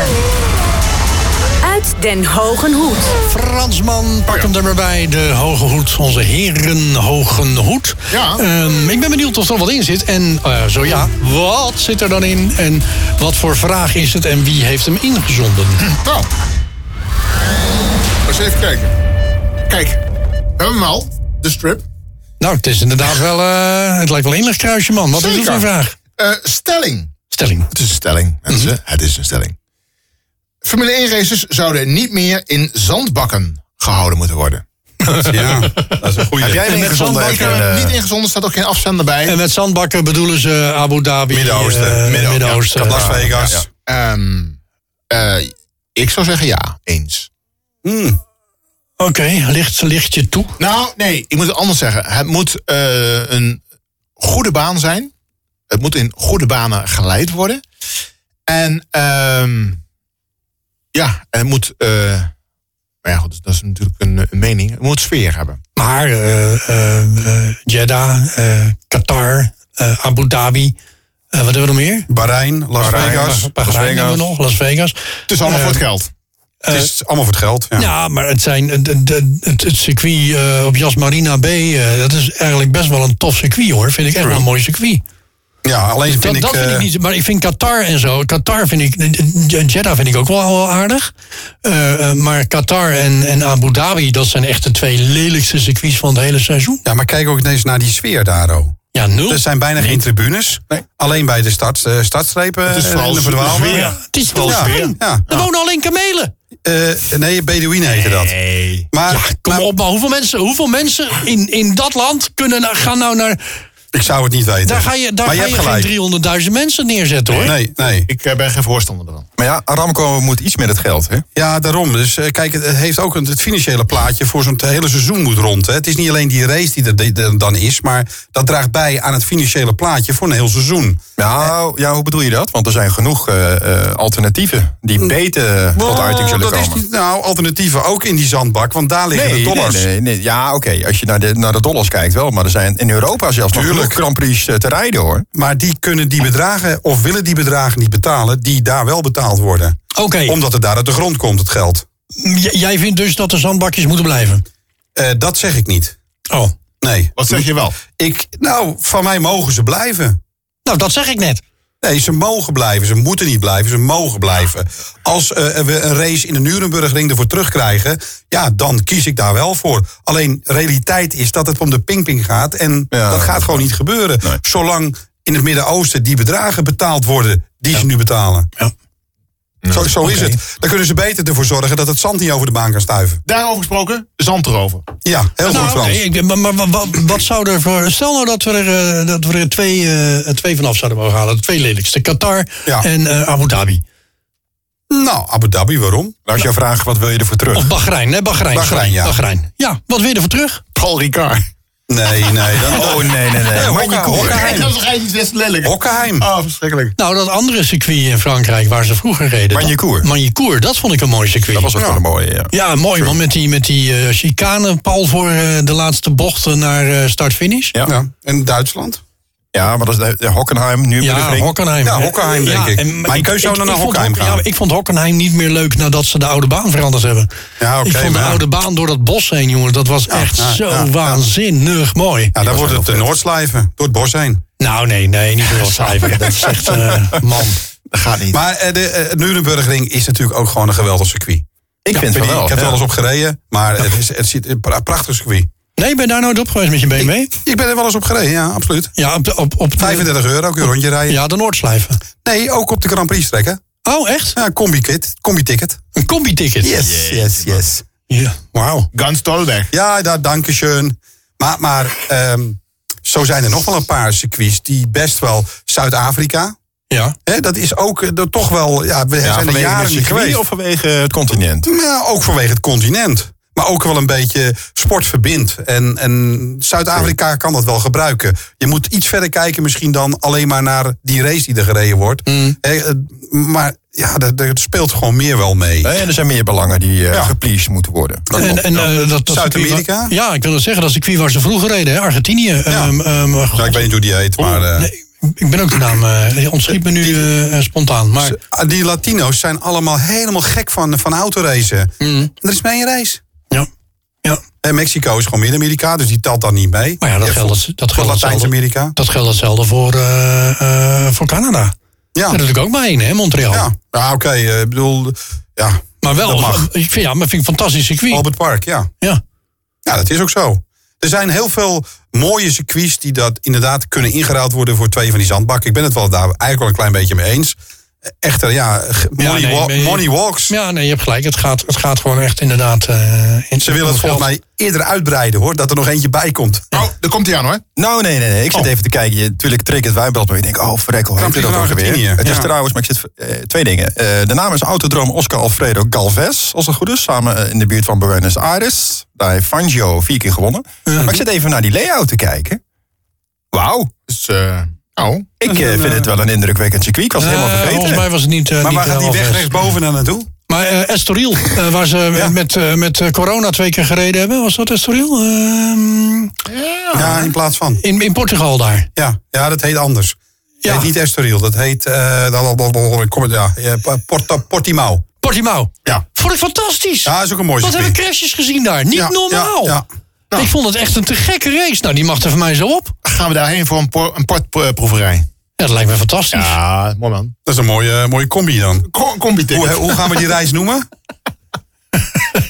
Speaker 1: Uit Den Hogenhoed.
Speaker 2: Fransman,
Speaker 3: Oh
Speaker 2: pak hem er maar bij. De Hoge Hoed, onze heren Hogen Hoed.
Speaker 6: Ja.
Speaker 2: Ehm, ik ben benieuwd of er wat in zit. En eh, zo ja, wat zit er dan in? En wat voor vraag is het? En wie heeft hem ingezonden?
Speaker 3: Hm.
Speaker 6: Nou. Eens even kijken. Kijk, we hebben hem al. De strip.
Speaker 2: nou, het is inderdaad wel... eh, het lijkt wel een kruisje, man. Wat is het
Speaker 6: Zeker.
Speaker 2: voor vraag? Mhm.
Speaker 6: Eh, stelling.
Speaker 2: Stelling.
Speaker 6: Het is een stelling, mensen. Het is een stelling. Formule 1 races zouden niet meer in zandbakken gehouden moeten worden.
Speaker 3: [laughs] ja, dat is een goede.
Speaker 7: Heb jij hem
Speaker 2: met
Speaker 7: ingezonden?
Speaker 2: zandbanken
Speaker 6: Ik
Speaker 7: Even,
Speaker 6: heb hem
Speaker 7: eh,
Speaker 6: niet ingezonden, staat ook geen afzender bij.
Speaker 2: En met zandbakken bedoelen ze Abu Dhabi...
Speaker 3: Midden-Oosten.
Speaker 2: eh,
Speaker 3: Midden-
Speaker 2: Midden-Oosten.
Speaker 3: Las Vegas.
Speaker 7: ja.
Speaker 6: Ehm, eh, ik zou zeggen ja, eens.
Speaker 3: Hmm. Oké.
Speaker 2: Oké, licht, licht je toe.
Speaker 6: Nou, nee, ik moet het anders zeggen. Het moet eh, een goede baan zijn. Het moet in goede banen geleid worden. En ehm, ja, en het moet. eh, maar ja, goed, dat is natuurlijk een, een mening. Het moet sfeer hebben.
Speaker 2: Maar eh, eh, eh, Jeddah, eh, Qatar, eh, Abu Dhabi. eh, wat hebben we nog meer?
Speaker 3: Bahrein, Las Vegas.
Speaker 2: Bahrein hebben we nog, Las Vegas.
Speaker 6: Het is allemaal voor het geld.
Speaker 3: Het is allemaal voor het geld. Ja.
Speaker 2: Ja, maar het, zijn, het, het- het- het- het circuit eh, op Jas Marina B, eh, dat is eigenlijk best wel een tof circuit hoor. Vind ik echt wel een mooi circuit.
Speaker 3: Ja, alleen vind
Speaker 2: dat,
Speaker 3: ik...
Speaker 2: dat vind
Speaker 3: eh,
Speaker 2: ik niet, maar ik vind Qatar en zo. Qatar vind ik, eh, Jeddah vind ik ook wel, wel aardig. Eh, eh, maar Qatar en, en Abu Dhabi, dat zijn echt de twee lelijkste circuits van het hele seizoen.
Speaker 3: Ja, maar kijk ook eens naar die sfeer daar, oh.
Speaker 2: Ja, nul.
Speaker 3: Er zijn bijna geen tribunes. Alleen bij de start, eh, startstrepen. Het
Speaker 6: is vooral
Speaker 3: verdwalen.
Speaker 6: sfeer.
Speaker 3: Ja.
Speaker 2: het is toch
Speaker 3: Ja,
Speaker 2: fijn?
Speaker 3: ja.
Speaker 2: Er wonen alleen kamelen.
Speaker 3: Eh, nee, Bedouinen heette dat.
Speaker 6: Nee.
Speaker 3: Maar, nou,
Speaker 2: Ja, kom
Speaker 3: maar
Speaker 2: op, maar hoeveel mensen, hoeveel mensen in, in dat land kunnen, nou- gaan nou naar...
Speaker 3: ik zou het niet weten.
Speaker 2: Daar ga je, daar
Speaker 3: maar
Speaker 2: ga
Speaker 3: je
Speaker 2: je
Speaker 3: hebt gelijk.
Speaker 2: geen 300.000 mensen neerzetten hoor.
Speaker 3: Nee, nee.
Speaker 6: Ik eh, ben geen voorstander ervan.
Speaker 7: Maar ja, Aramco moet iets met het geld, hè?
Speaker 3: Ja, daarom. Dus eh, kijk, het het heeft ook een, het financiële plaatje voor zo'n t- hele seizoen moet rond. Hè. Het is niet alleen die race die er die er dan is, maar dat draagt bij aan het financiële plaatje voor een heel seizoen.
Speaker 7: Nou, ja, hoe bedoel je dat? Want er zijn genoeg eh, eh, alternatieven die beter tot uiting zullen
Speaker 3: Mm. Oh, dat
Speaker 7: komen.
Speaker 3: Is niet, nou, alternatieven ook in die zandbak, want daar liggen
Speaker 7: Nee,
Speaker 3: de dollars.
Speaker 7: nee, nee, nee. Ja, oké. Als je naar de, naar de dollars kijkt wel. Maar er zijn in Europa zelfs nog
Speaker 3: Tuurlijk.
Speaker 7: genoeg Grand Prix eh, te rijden, hoor.
Speaker 3: Maar die kunnen die bedragen of willen die bedragen niet betalen, die daar wel betaald worden.
Speaker 2: Oké,
Speaker 3: Omdat het daar uit de grond komt, het geld.
Speaker 2: j- jij vindt dus dat de zandbakjes moeten blijven?
Speaker 3: Eh, dat zeg ik niet.
Speaker 2: Oh,
Speaker 3: Nee.
Speaker 6: Wat zeg je wel?
Speaker 3: Ik, nou, van mij mogen ze blijven.
Speaker 2: nou dat zeg ik net.
Speaker 3: Nee, ze mogen blijven. Ze moeten niet blijven. Ze mogen blijven. Als eh, we een race in de Nurembergring ervoor terugkrijgen... ja, dan kies ik daar wel voor. Alleen, realiteit is dat het om de pingping gaat. En
Speaker 7: Ja,
Speaker 3: dat
Speaker 7: dat
Speaker 3: gaat gewoon niet gebeuren.
Speaker 7: Nee.
Speaker 3: Zolang in het Midden-Oosten die bedragen betaald worden... die ze nu betalen.
Speaker 2: Ja.
Speaker 3: Zo, zo is
Speaker 2: Oké.
Speaker 3: het. Dan kunnen ze beter ervoor zorgen dat het zand niet over de baan kan stuiven.
Speaker 6: Daarover gesproken, zand erover.
Speaker 3: Ja, heel
Speaker 2: Nou,
Speaker 3: goed, Frans.
Speaker 2: oké, ik- maar maar wa- wa- wat, zou er voor... Stel nou dat we er, eh, dat we er twee, eh, twee vanaf zouden mogen halen. De twee lelijkste. Qatar
Speaker 3: Ja.
Speaker 2: en eh, Abu Dhabi.
Speaker 3: Nou, Abu Dhabi, waarom?
Speaker 7: Als je vraagt, wat wil je ervoor terug?
Speaker 2: Of Bahrein, hè? Bahrein.
Speaker 3: Bahrein,
Speaker 2: sorry.
Speaker 3: ja.
Speaker 2: Bahrein. Ja, wat wil je ervoor terug?
Speaker 6: Paul Ricard.
Speaker 3: Nee, nee. Dan,
Speaker 7: Oh, nee, nee, nee.
Speaker 3: Hokka-
Speaker 7: Magny Koer.
Speaker 3: Hokkaheim.
Speaker 6: Dat is toch eigenlijk best lelijk?
Speaker 3: Hokkaheim.
Speaker 6: Oh, verschrikkelijk.
Speaker 2: Nou, dat andere circuit in Frankrijk waar ze vroeger reden.
Speaker 7: Magny-Cours.
Speaker 2: Magny-Cours, dat vond ik een mooi circuit.
Speaker 7: Dat was ook wel een mooie, ja.
Speaker 2: Ja, mooi man. Met die, met die eh, chicane, pal voor eh, de laatste bocht eh, naar eh, start-finish.
Speaker 7: Ja.
Speaker 3: Ja, en Duitsland?
Speaker 7: Ja, maar dat is de, de Hockenheim, nu
Speaker 2: Ja,
Speaker 7: Hockenheim.
Speaker 2: Hockenheim.
Speaker 3: Ja, Hockenheim, denk ik.
Speaker 2: en-
Speaker 3: Mijn keuze zou dan naar
Speaker 2: ik vond
Speaker 3: Hockenheim
Speaker 2: Hock-
Speaker 3: gaan.
Speaker 2: Ja, ik vond Hockenheim niet meer leuk nadat ze de oude baan veranderd hebben.
Speaker 3: Ja, oké,
Speaker 2: ik vond de
Speaker 3: maar-
Speaker 2: oude baan door dat bos heen, jongen. Dat was echt
Speaker 3: ja,
Speaker 2: zo
Speaker 3: ja, ja.
Speaker 2: waanzinnig mooi.
Speaker 3: Ja, daar wordt het de Noordslijven, door het bos heen.
Speaker 2: Nou, nee, nee, niet door
Speaker 3: [laughs]
Speaker 2: cijfer. Dat is echt, eh, man.
Speaker 6: Dat gaat niet.
Speaker 3: Maar eh, de eh, Nürnbergring is natuurlijk ook gewoon een geweldig circuit.
Speaker 7: Ik vind het
Speaker 3: die-
Speaker 7: wel.
Speaker 3: Ik heb er wel
Speaker 7: ja.
Speaker 3: eens op gereden, maar het is het ziet, een pra- prachtig circuit.
Speaker 2: Nee, ben je daar nooit op geweest met je BMW?
Speaker 3: Ik ben er wel eens op gereden, ja, absoluut.
Speaker 2: Ja, op de, op, op de-
Speaker 3: 35 euro, ook een rondje rijden.
Speaker 2: ja, de Noordslijven.
Speaker 3: Nee, ook op de Grand Prix trekken.
Speaker 2: Oh, echt?
Speaker 3: Ja, combi-kit, combi-ticket.
Speaker 2: Een combi-ticket?
Speaker 3: Yes, yes, yes.
Speaker 2: Ja.
Speaker 3: Wauw.
Speaker 6: Gans Tolberg.
Speaker 3: Ja, daar, dankeschön. Maar, maar ehm, zo zijn er nog wel een paar circuits die best wel... Zuid-Afrika,
Speaker 2: Ja.
Speaker 3: hè, dat is ook eh, dat toch wel... Ja, we
Speaker 7: Ja,
Speaker 3: zijn er
Speaker 7: vanwege het
Speaker 3: jaren niet
Speaker 7: circuit
Speaker 3: geweest.
Speaker 7: of vanwege het continent?
Speaker 3: Nou, ook vanwege het continent. Maar ook wel een beetje sport verbindt. En, en Zuid-Afrika kan dat wel gebruiken. Je moet iets verder kijken misschien dan alleen maar naar die race die er gereden wordt.
Speaker 2: Mm.
Speaker 3: Hé, eh, maar ja, daar daar speelt gewoon meer wel mee.
Speaker 7: Nee, en er zijn meer belangen die eh gepleased moeten worden. Dat
Speaker 2: En,
Speaker 7: klopt.
Speaker 2: en, eh, dat, dat circuit
Speaker 3: Zuid-Amerika?
Speaker 2: waar- Ja, ik wil het zeggen, dat circuit waar ze vroeger reden, hè, Argentinië. Ehm, ehm, god,
Speaker 3: Nou, ik weet niet hoe die heet, maar... eh,
Speaker 2: nee, ik ben ook de naam, eh ontschiet me nu eh, eh, spontaan. Maar
Speaker 3: ah, Die Latino's zijn allemaal helemaal gek van, van autoracen.
Speaker 2: Mm.
Speaker 3: Er is maar één race.
Speaker 2: ja, ja.
Speaker 3: En Mexico is gewoon Midden-Amerika, dus die telt dan niet mee.
Speaker 2: Maar ja, dat
Speaker 3: voor-
Speaker 2: geldt- dat
Speaker 3: voor
Speaker 2: geldt
Speaker 3: Latijns-Amerika.
Speaker 2: dat geldt hetzelfde voor, eh, eh, voor Canada.
Speaker 3: Ja,
Speaker 2: Daar doe ik ook maar heen, hè, Montreal.
Speaker 3: Ah. ja. ja oké. eh, Ik bedoel, ja,
Speaker 2: maar wel, eh,
Speaker 3: dat mag.
Speaker 2: ik vind, ja, maar vind ik een fantastisch circuit.
Speaker 3: Albert Park, ja.
Speaker 2: Ja.
Speaker 3: Ja, dat is ook zo. Er zijn heel veel mooie circuits die dat inderdaad kunnen ingeruild worden voor twee van die zandbakken. Ik ben het wel daar eigenlijk wel een klein beetje mee eens. Echter, ja, g- money,
Speaker 2: nee,
Speaker 3: wa-
Speaker 2: ben je-
Speaker 3: money walks.
Speaker 2: Ja, nee, je hebt gelijk. Het gaat, het gaat gewoon echt inderdaad... eh, in,
Speaker 3: Ze willen het volgens mij eerder uitbreiden, hoor. Dat er nog eentje bij komt.
Speaker 6: Oh, daar komt hij aan hoor.
Speaker 7: Nou, nee, nee, nee.
Speaker 3: Oh.
Speaker 7: Ik zit even te kijken. Je, tuurlijk triggert wijbrand, maar je denkt, oh, verrek, hoe heet
Speaker 3: Kampioen
Speaker 7: dat ook
Speaker 3: van
Speaker 7: weer?
Speaker 3: Argentinië.
Speaker 7: Het is
Speaker 3: Ja.
Speaker 7: trouwens, maar ik zit eh, twee dingen. Eh, de naam is Autodroom Oscar Alfredo Galvez, als het goed is. Samen eh, in de buurt van Buenos Aires. Daar heeft Fangio vier keer gewonnen. Maar ik zit even naar die layout te kijken. Wauw.
Speaker 6: Dus, eh, oh.
Speaker 7: Ik eh, vind het wel een indrukwekkend circuit. Ik was het helemaal
Speaker 2: Eh, volgens
Speaker 7: vergeten.
Speaker 2: mij was het niet... eh,
Speaker 3: Maar
Speaker 2: niet
Speaker 3: waar gaat die
Speaker 2: helemaal
Speaker 3: weg
Speaker 2: vers.
Speaker 3: rechtsboven naar Dus naartoe?
Speaker 2: Maar eh, Estoril, eh, waar
Speaker 3: [laughs]
Speaker 2: ze met, eh, met eh, corona twee keer gereden hebben. Was dat Estoril? Ehm,
Speaker 3: Ja, in plaats van.
Speaker 2: in, in Portugal daar.
Speaker 3: Ja, ja dat heet anders.
Speaker 2: Ja.
Speaker 3: Dat heet niet Estoril, dat heet... eh, dat- dat- dat- kom- ja, eh, Porta- Portimao.
Speaker 2: Portimao.
Speaker 3: Ja.
Speaker 2: Vond ik fantastisch.
Speaker 3: Ja, Nou, is ook een mooi
Speaker 2: Wat
Speaker 3: circuit.
Speaker 2: hebben we crashes gezien daar? Niet
Speaker 3: Ja,
Speaker 2: normaal.
Speaker 3: ja, Nou. ja.
Speaker 2: Ik vond het echt een te gekke race. Nou, die mag er voor mij zo op.
Speaker 6: Gaan we daarheen voor een, por- een portproeverij?
Speaker 2: Ja, dat lijkt me fantastisch. [laughs]
Speaker 6: Ja, Ah, mooi man.
Speaker 3: Dat is een mooie, eh, mooie combi dan.
Speaker 6: Kom, kom
Speaker 3: Hoe, hoe gaan we die reis noemen?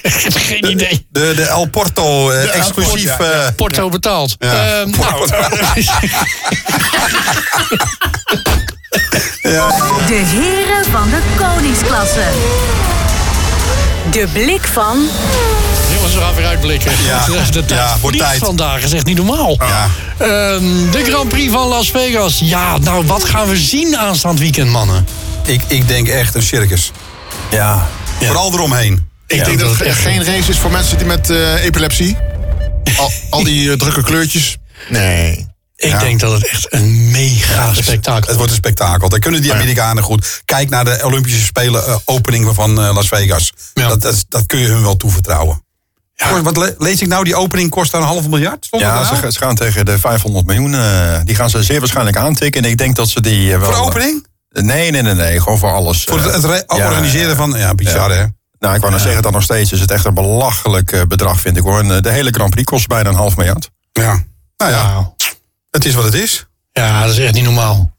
Speaker 2: Geen idee.
Speaker 3: De, de El Porto, eh, exclusief...
Speaker 6: Porto,
Speaker 3: eh,
Speaker 2: Porto betaald.
Speaker 3: Ja.
Speaker 2: Ehm, nou,
Speaker 1: De heren van de koningsklasse. De blik van
Speaker 2: [laughs] jongens, we gaan weer uitblikken. [laughs]
Speaker 3: Ja.
Speaker 2: De, de tijd
Speaker 3: Ja, wordt
Speaker 2: vliegt
Speaker 3: tijd.
Speaker 2: vandaag is echt niet normaal.
Speaker 3: Ja.
Speaker 2: Ehm, de Grand Prix van Las Vegas. Ja, nou, wat gaan we zien aanstaand weekend, mannen?
Speaker 3: ik, ik denk echt een circus.
Speaker 7: Ja.
Speaker 3: Vooral eromheen.
Speaker 6: Ik denk dat het geen race is voor mensen die met eh, epilepsie. Al, al die eh, drukke kleurtjes. [laughs] Nee.
Speaker 2: Ik denk dat het echt een mega spektakel
Speaker 3: Het
Speaker 2: wordt.
Speaker 3: wordt een spektakel. Daar kunnen die Amerikanen goed. Kijk naar de Olympische Spelen eh, opening van eh, Las Vegas.
Speaker 2: Ja.
Speaker 3: Dat, dat, dat kun je hun wel toevertrouwen. Kost- Wat le- lees ik nou? Die opening kost daar een half miljard? Stond dat nou?
Speaker 7: Ja,
Speaker 3: daar?
Speaker 7: ze, ga- ze gaan tegen de 500 miljoen. eh, die gaan ze zeer waarschijnlijk aantikken. En ik denk dat ze die... eh, wel,
Speaker 3: Voor de opening?
Speaker 7: Nee, nee, nee, nee. Gewoon voor alles.
Speaker 3: Voor het,
Speaker 7: eh,
Speaker 3: het re-
Speaker 7: ja,
Speaker 3: organiseren van... Ja, bizar hè?
Speaker 7: Nou, ik wou nog zeggen dat nog steeds is het echt een belachelijk eh, bedrag, vind ik hoor. En, eh, de hele Grand Prix kost bijna een half miljard.
Speaker 3: Ja. Nou ja, het is wat het is.
Speaker 2: Ja, dat is echt niet normaal.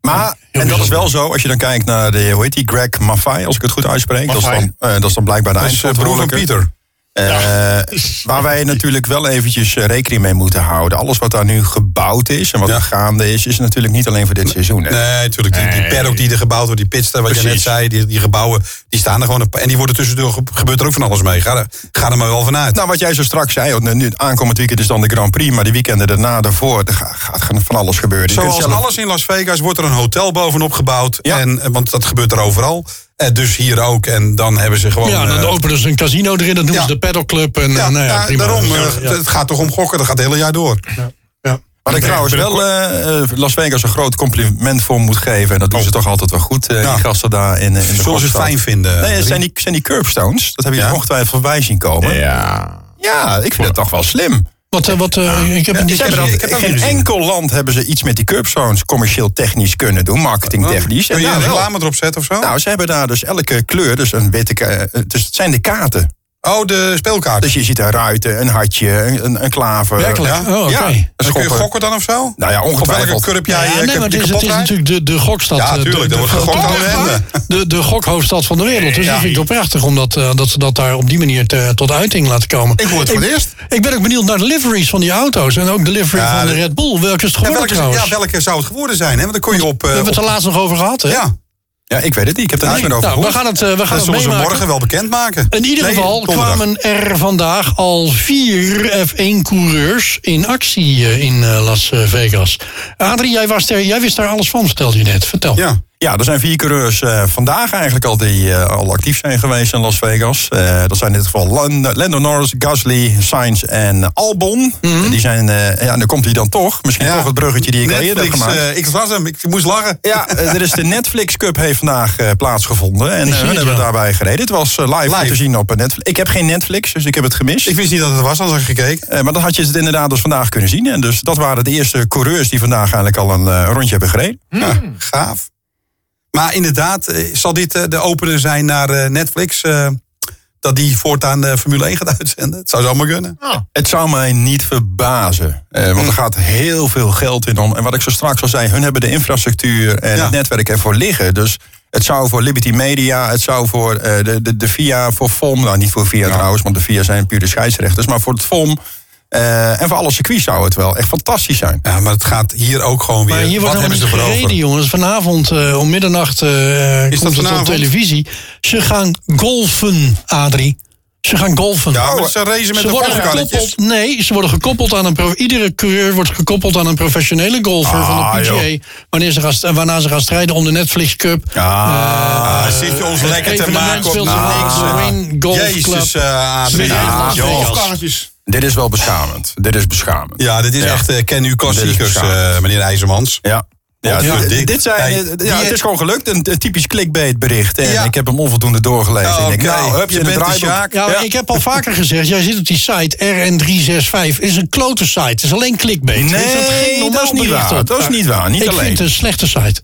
Speaker 7: Maar, en dat is wel zo, als je dan kijkt naar de, hoe heet die, Greg Maffay, als ik het goed uitspreek. Dat is, dan,
Speaker 6: Maffay.
Speaker 7: eh, dat is dan blijkbaar de
Speaker 3: Dat is eh, broer van
Speaker 7: eindverantwoordelijke.
Speaker 3: Pieter.
Speaker 7: Eh, Waar wij natuurlijk wel eventjes eh, rekening mee moeten houden. Alles wat daar nu gebouwd is en wat
Speaker 3: Ja.
Speaker 7: er gaande is, is natuurlijk niet alleen voor dit seizoen. hè.
Speaker 3: Nee, natuurlijk. Die, die paddock die er gebouwd wordt, die pitster, wat je
Speaker 7: Precies.
Speaker 3: net zei, die, die gebouwen, die staan er gewoon. een pa- En die worden tussendoor, ge- gebeurt er ook van alles mee. Ga er, ga er maar wel vanuit.
Speaker 7: Nou, wat jij zo straks zei, want nu, aankomend weekend is dan de Grand Prix, maar die weekenden daarna, daarvoor, er ga- gaat van alles gebeuren. Je kunt
Speaker 3: Zoals
Speaker 7: zelf-
Speaker 3: alles in Las Vegas wordt er een hotel bovenop gebouwd.
Speaker 7: Ja.
Speaker 3: En, eh, want dat gebeurt er overal. Eh, dus hier ook. En dan hebben ze gewoon...
Speaker 2: Ja, nou, dan
Speaker 3: eh,
Speaker 2: openen ze een casino erin, dat noemen
Speaker 3: ja.
Speaker 2: ze de paddleclub. En,
Speaker 3: ja,
Speaker 2: eh, nou ja,
Speaker 3: ja,
Speaker 2: prima.
Speaker 3: daarom.
Speaker 2: Ja,
Speaker 3: eh,
Speaker 2: ja.
Speaker 3: Het gaat toch om gokken. Dat gaat het hele jaar door.
Speaker 7: Wat ik trouwens wel eh, eh, Las Vegas een groot compliment voor moet geven. En dat doen ze toch altijd wel goed, eh,
Speaker 3: Oh. Ja.
Speaker 7: die gasten daar in, eh, in de
Speaker 3: Zullen ze het
Speaker 7: Godstad.
Speaker 3: fijn vinden? Eh,
Speaker 7: Nee, het
Speaker 3: Rien?
Speaker 7: zijn die, zijn die curbstones. Dat heb je
Speaker 3: Ja.
Speaker 7: ongetwijfeld voorbij zien komen. Ja,
Speaker 6: Ja.
Speaker 7: ik vind het toch wel slim.
Speaker 2: Wat, eh, wat, eh, ik heb het niet
Speaker 7: Ze hebben
Speaker 2: gezien.
Speaker 7: dat-
Speaker 3: ik heb dat
Speaker 7: geen
Speaker 3: niet gezien.
Speaker 7: enkel land hebben ze iets met die curbstones commercieel technisch kunnen doen, marketingtechnisch.
Speaker 3: Kun
Speaker 7: En
Speaker 3: je
Speaker 7: daar
Speaker 3: een
Speaker 7: wel.
Speaker 3: reclame erop zetten of zo?
Speaker 7: Nou, ze hebben daar dus elke kleur, dus een witte. ka- eh, Dus het zijn de kaarten.
Speaker 3: oh, de speelkaart.
Speaker 7: Dus je ziet een ruiten, een hartje, een, een, een klaver.
Speaker 2: Werkelijk?
Speaker 7: Ja.
Speaker 2: Oh, oké.
Speaker 3: Ja,
Speaker 2: Een
Speaker 3: dus kun je
Speaker 7: schopper.
Speaker 3: gokken dan of zo?
Speaker 7: Nou ja,
Speaker 3: Op welke
Speaker 7: ongetwijfeld.
Speaker 3: curb
Speaker 2: Ja,
Speaker 3: jij eh,
Speaker 2: nee,
Speaker 3: kap-
Speaker 2: maar het
Speaker 3: die
Speaker 2: is, het
Speaker 3: kapot
Speaker 2: is
Speaker 3: rijdt?
Speaker 2: natuurlijk de, de gokstad.
Speaker 3: Ja,
Speaker 2: eh, de-
Speaker 3: tuurlijk,
Speaker 2: de,
Speaker 3: er wordt
Speaker 2: grote-
Speaker 3: gegokt aan de ellende.
Speaker 2: de, de gokhoofdstad van de wereld. Dus dat vind ik toch prachtig om dat, eh, dat ze dat daar op die manier te- tot uiting laten komen.
Speaker 6: Ik hoor het voor het eerst.
Speaker 2: Ik ben ook benieuwd naar de liveries van die auto's. En ook de livery
Speaker 3: Ja,
Speaker 2: van de
Speaker 3: dat-
Speaker 2: Red Bull. Welke is het
Speaker 3: En
Speaker 2: geworden
Speaker 3: welke,
Speaker 2: trouwens?
Speaker 3: ja, welke zou het geworden zijn? Hè? Want dan kon je op... eh,
Speaker 2: We hebben het
Speaker 3: op-
Speaker 2: er laatst nog over gehad, hè?
Speaker 3: ja,
Speaker 7: Ja, ik weet het niet. Ik heb daar
Speaker 3: Ja,
Speaker 7: niks meer
Speaker 3: ik-
Speaker 7: over
Speaker 2: Nou, we
Speaker 7: gehoord.
Speaker 2: gaan het, eh, we gaan
Speaker 3: dat
Speaker 2: het
Speaker 3: zullen ze
Speaker 2: meemaken.
Speaker 3: morgen wel bekendmaken.
Speaker 2: In ieder
Speaker 3: Nee,
Speaker 2: geval
Speaker 3: donderdag.
Speaker 2: kwamen er vandaag al vier F1-coureurs in actie eh, in eh, Las Vegas. Adrie, jij, was er, jij wist daar alles van, vertelde je net. Vertel.
Speaker 3: Ja.
Speaker 7: Ja, er zijn vier coureurs eh, vandaag eigenlijk al die eh, al actief zijn geweest in Las Vegas. Eh, dat zijn in dit geval Lan- Lando Norris, Gasly, Sainz en Albon. En Die zijn, eh, ja, en dan komt hij dan toch. Misschien
Speaker 3: Mhm. Ja.
Speaker 7: toch het bruggetje die ik al eerder heb
Speaker 3: Netflix,
Speaker 7: gemaakt.
Speaker 3: eh, ik las hem, ik moest lachen.
Speaker 7: ja, eh, er is de Netflix Cup heeft vandaag eh, plaatsgevonden. En eh,
Speaker 2: zie
Speaker 7: hun
Speaker 2: het,
Speaker 7: hebben
Speaker 2: ja.
Speaker 7: daarbij gereden. Het was eh, live,
Speaker 3: Live.
Speaker 7: te zien op eh, Netflix. Ik heb geen Netflix, dus ik heb het gemist.
Speaker 3: Ik wist niet dat het was, anders had ik gekeken.
Speaker 7: Eh, maar dan had je het inderdaad dus vandaag kunnen zien. En dus dat waren de eerste coureurs die vandaag eigenlijk al een eh, rondje hebben gereden.
Speaker 3: Ja, gaaf. Maar inderdaad, eh, zal dit eh, de opener zijn naar eh, Netflix? eh, dat die voortaan de Formule 1 gaat [laughs] uitzenden? Het zou zomaar kunnen.
Speaker 2: Ah.
Speaker 3: Mm.
Speaker 7: Het zou mij niet verbazen. eh, want er gaat heel veel geld in om. En wat ik zo straks al zei, hun hebben de infrastructuur en
Speaker 3: Ja.
Speaker 7: het netwerk ervoor liggen. Dus het zou voor Liberty Media, het zou voor eh, de, de, de VIA, voor FOM. Nou, niet voor VIA trouwens, want de VIA zijn pure scheidsrechters. Maar voor het FOM. Eh, en voor alle circuits zou het wel echt fantastisch zijn.
Speaker 3: Ja, maar het gaat hier ook gewoon weer.
Speaker 2: Maar hier wordt
Speaker 3: eh, wat
Speaker 2: helemaal
Speaker 3: hebben
Speaker 2: niet
Speaker 3: ze voor
Speaker 2: gereden, jongens.
Speaker 3: over?
Speaker 2: Vanavond eh, om middernacht eh, komt
Speaker 3: dat
Speaker 2: het
Speaker 3: vanavond?
Speaker 2: op televisie. Ze gaan golfen, Adrie. Ze gaan golfen.
Speaker 3: Ja, maar ze racen met
Speaker 2: ze
Speaker 3: de
Speaker 2: worden
Speaker 3: varkannetjes.
Speaker 2: gekoppeld, nee, ze worden gekoppeld aan een... pro- Iedere coureur wordt gekoppeld aan een professionele golfer
Speaker 3: Ah,
Speaker 2: van de PGA. Wanneer ze gaan, st- waarna ze gaan strijden om de Netflix Cup. Eh,
Speaker 3: Ah, zit je ons lekker te
Speaker 2: evenement
Speaker 3: maken op
Speaker 2: speelt zich
Speaker 3: niks.
Speaker 2: af.
Speaker 3: hè?
Speaker 2: Wayne Golf
Speaker 3: Jezus,
Speaker 2: Club.
Speaker 3: eh, Adrie.
Speaker 2: Smiddag in
Speaker 3: Ja,
Speaker 2: Las
Speaker 3: joh.
Speaker 2: Vegas.
Speaker 7: Dit is wel beschamend. Dit is beschamend.
Speaker 3: Ja, dit is echt eh, ken u klassiekers,
Speaker 7: Dit is gaaf.
Speaker 3: eh, meneer IJzermans.
Speaker 7: Ja. Ja,
Speaker 3: Ja,
Speaker 7: dit,
Speaker 3: dit-
Speaker 7: dit zijn,
Speaker 3: Hey,
Speaker 7: eh,
Speaker 3: die-
Speaker 7: ja, het is gewoon gelukt. Een, een typisch clickbait bericht. En
Speaker 3: Ja.
Speaker 7: ik heb hem onvoldoende doorgelezen.
Speaker 3: Oh,
Speaker 7: en ik,
Speaker 3: oké.
Speaker 7: nou, hup,
Speaker 3: Je
Speaker 7: je bent
Speaker 3: bent de Sjaak.
Speaker 7: draaiboek.
Speaker 2: Ja, ik heb al vaker gezegd, jij zit op die site RN365. is een klote site. Het is alleen clickbait.
Speaker 7: Nee,
Speaker 2: Er staat geen normaal
Speaker 7: dat is niet
Speaker 2: bericht
Speaker 7: waar.
Speaker 2: op.
Speaker 7: Dat is niet waar. Niet
Speaker 2: ik
Speaker 7: alleen.
Speaker 2: vind het een slechte site.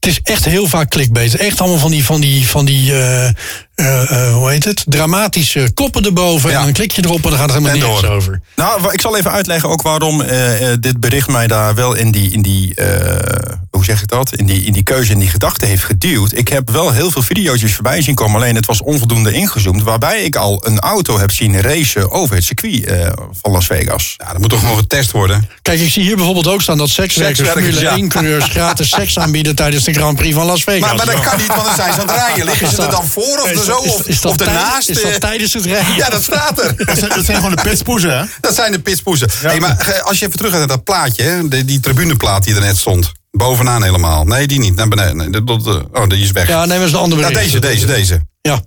Speaker 2: Het is echt heel vaak clickbait. Echt allemaal van die, van die, van die eh, eh, eh, hoe heet het? Dramatische koppen erboven. En dan klik je erop en dan gaat het helemaal
Speaker 3: En
Speaker 2: nergens
Speaker 3: door.
Speaker 2: over.
Speaker 7: Nou, wa- ik zal even uitleggen ook waarom eh, eh, dit bericht mij daar wel in die, in die eh, hoe zeg ik dat, in die, in die keuze en die gedachte heeft geduwd. Ik heb wel heel veel video's voorbij zien komen, alleen het was onvoldoende ingezoomd. Waarbij ik al een auto heb zien racen over het circuit eh, van Las Vegas.
Speaker 3: Ja, dat moet toch gewoon getest worden.
Speaker 2: Kijk, ik zie hier bijvoorbeeld ook staan dat sekswerkers
Speaker 3: Sekswerkers,
Speaker 2: Formule
Speaker 3: ja.
Speaker 2: 1-coureurs gratis seks aanbieden tijdens de Grand Prix van Las Vegas.
Speaker 3: Maar, maar dat
Speaker 2: Ja.
Speaker 3: kan niet, want dan zijn ze aan het
Speaker 2: [laughs]
Speaker 3: rijden. Liggen ze er dan voor of
Speaker 2: Is
Speaker 3: er
Speaker 2: dat-
Speaker 3: zo?
Speaker 2: is-
Speaker 3: Of,
Speaker 2: is dat
Speaker 3: of
Speaker 2: tij-
Speaker 3: daarnaast?
Speaker 2: Is
Speaker 3: eh,
Speaker 2: dat tijdens het rijden?
Speaker 3: Ja, dat staat er.
Speaker 6: Dat zijn, dat zijn gewoon de pitspoezen, hè?
Speaker 3: Dat zijn de pitspoezen. Hey, maar ge- als je even terug gaat naar dat plaatje, hè, de- die tribuneplaat die er net stond. Bovenaan helemaal. Nee, die niet. Naar beneden. Nee, dat, dat, eh, oh, die is weg.
Speaker 2: Ja, nee, dat is een ander
Speaker 3: Nou,
Speaker 2: bericht.
Speaker 3: deze, deze, deze.
Speaker 2: Ja.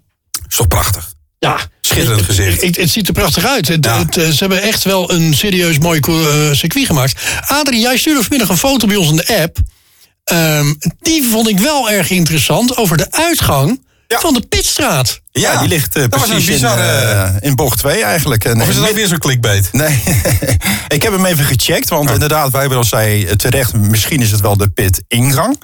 Speaker 3: Is toch prachtig.
Speaker 2: Ja.
Speaker 3: Schitterend
Speaker 2: Het-
Speaker 3: gezicht.
Speaker 2: Het, het ziet er prachtig uit. Het-
Speaker 3: Ja.
Speaker 2: het, eh, ze hebben echt wel een serieus mooi co- eh, circuit gemaakt. Adrie, jij stuurde vanmiddag een foto bij ons in de app. Ehm, die vond ik wel erg interessant over de uitgang van de pitstraat.
Speaker 7: Ja, die ligt eh,
Speaker 3: dat was
Speaker 7: precies
Speaker 3: een bizarre...
Speaker 7: in, eh, in bocht 2 eigenlijk. En,
Speaker 3: of is
Speaker 7: en
Speaker 3: het ook weer zo'n clickbait?
Speaker 7: Nee, [laughs] ik heb hem even gecheckt. Want inderdaad, wij hebben al zei eh, terecht, misschien is het wel de pit ingang.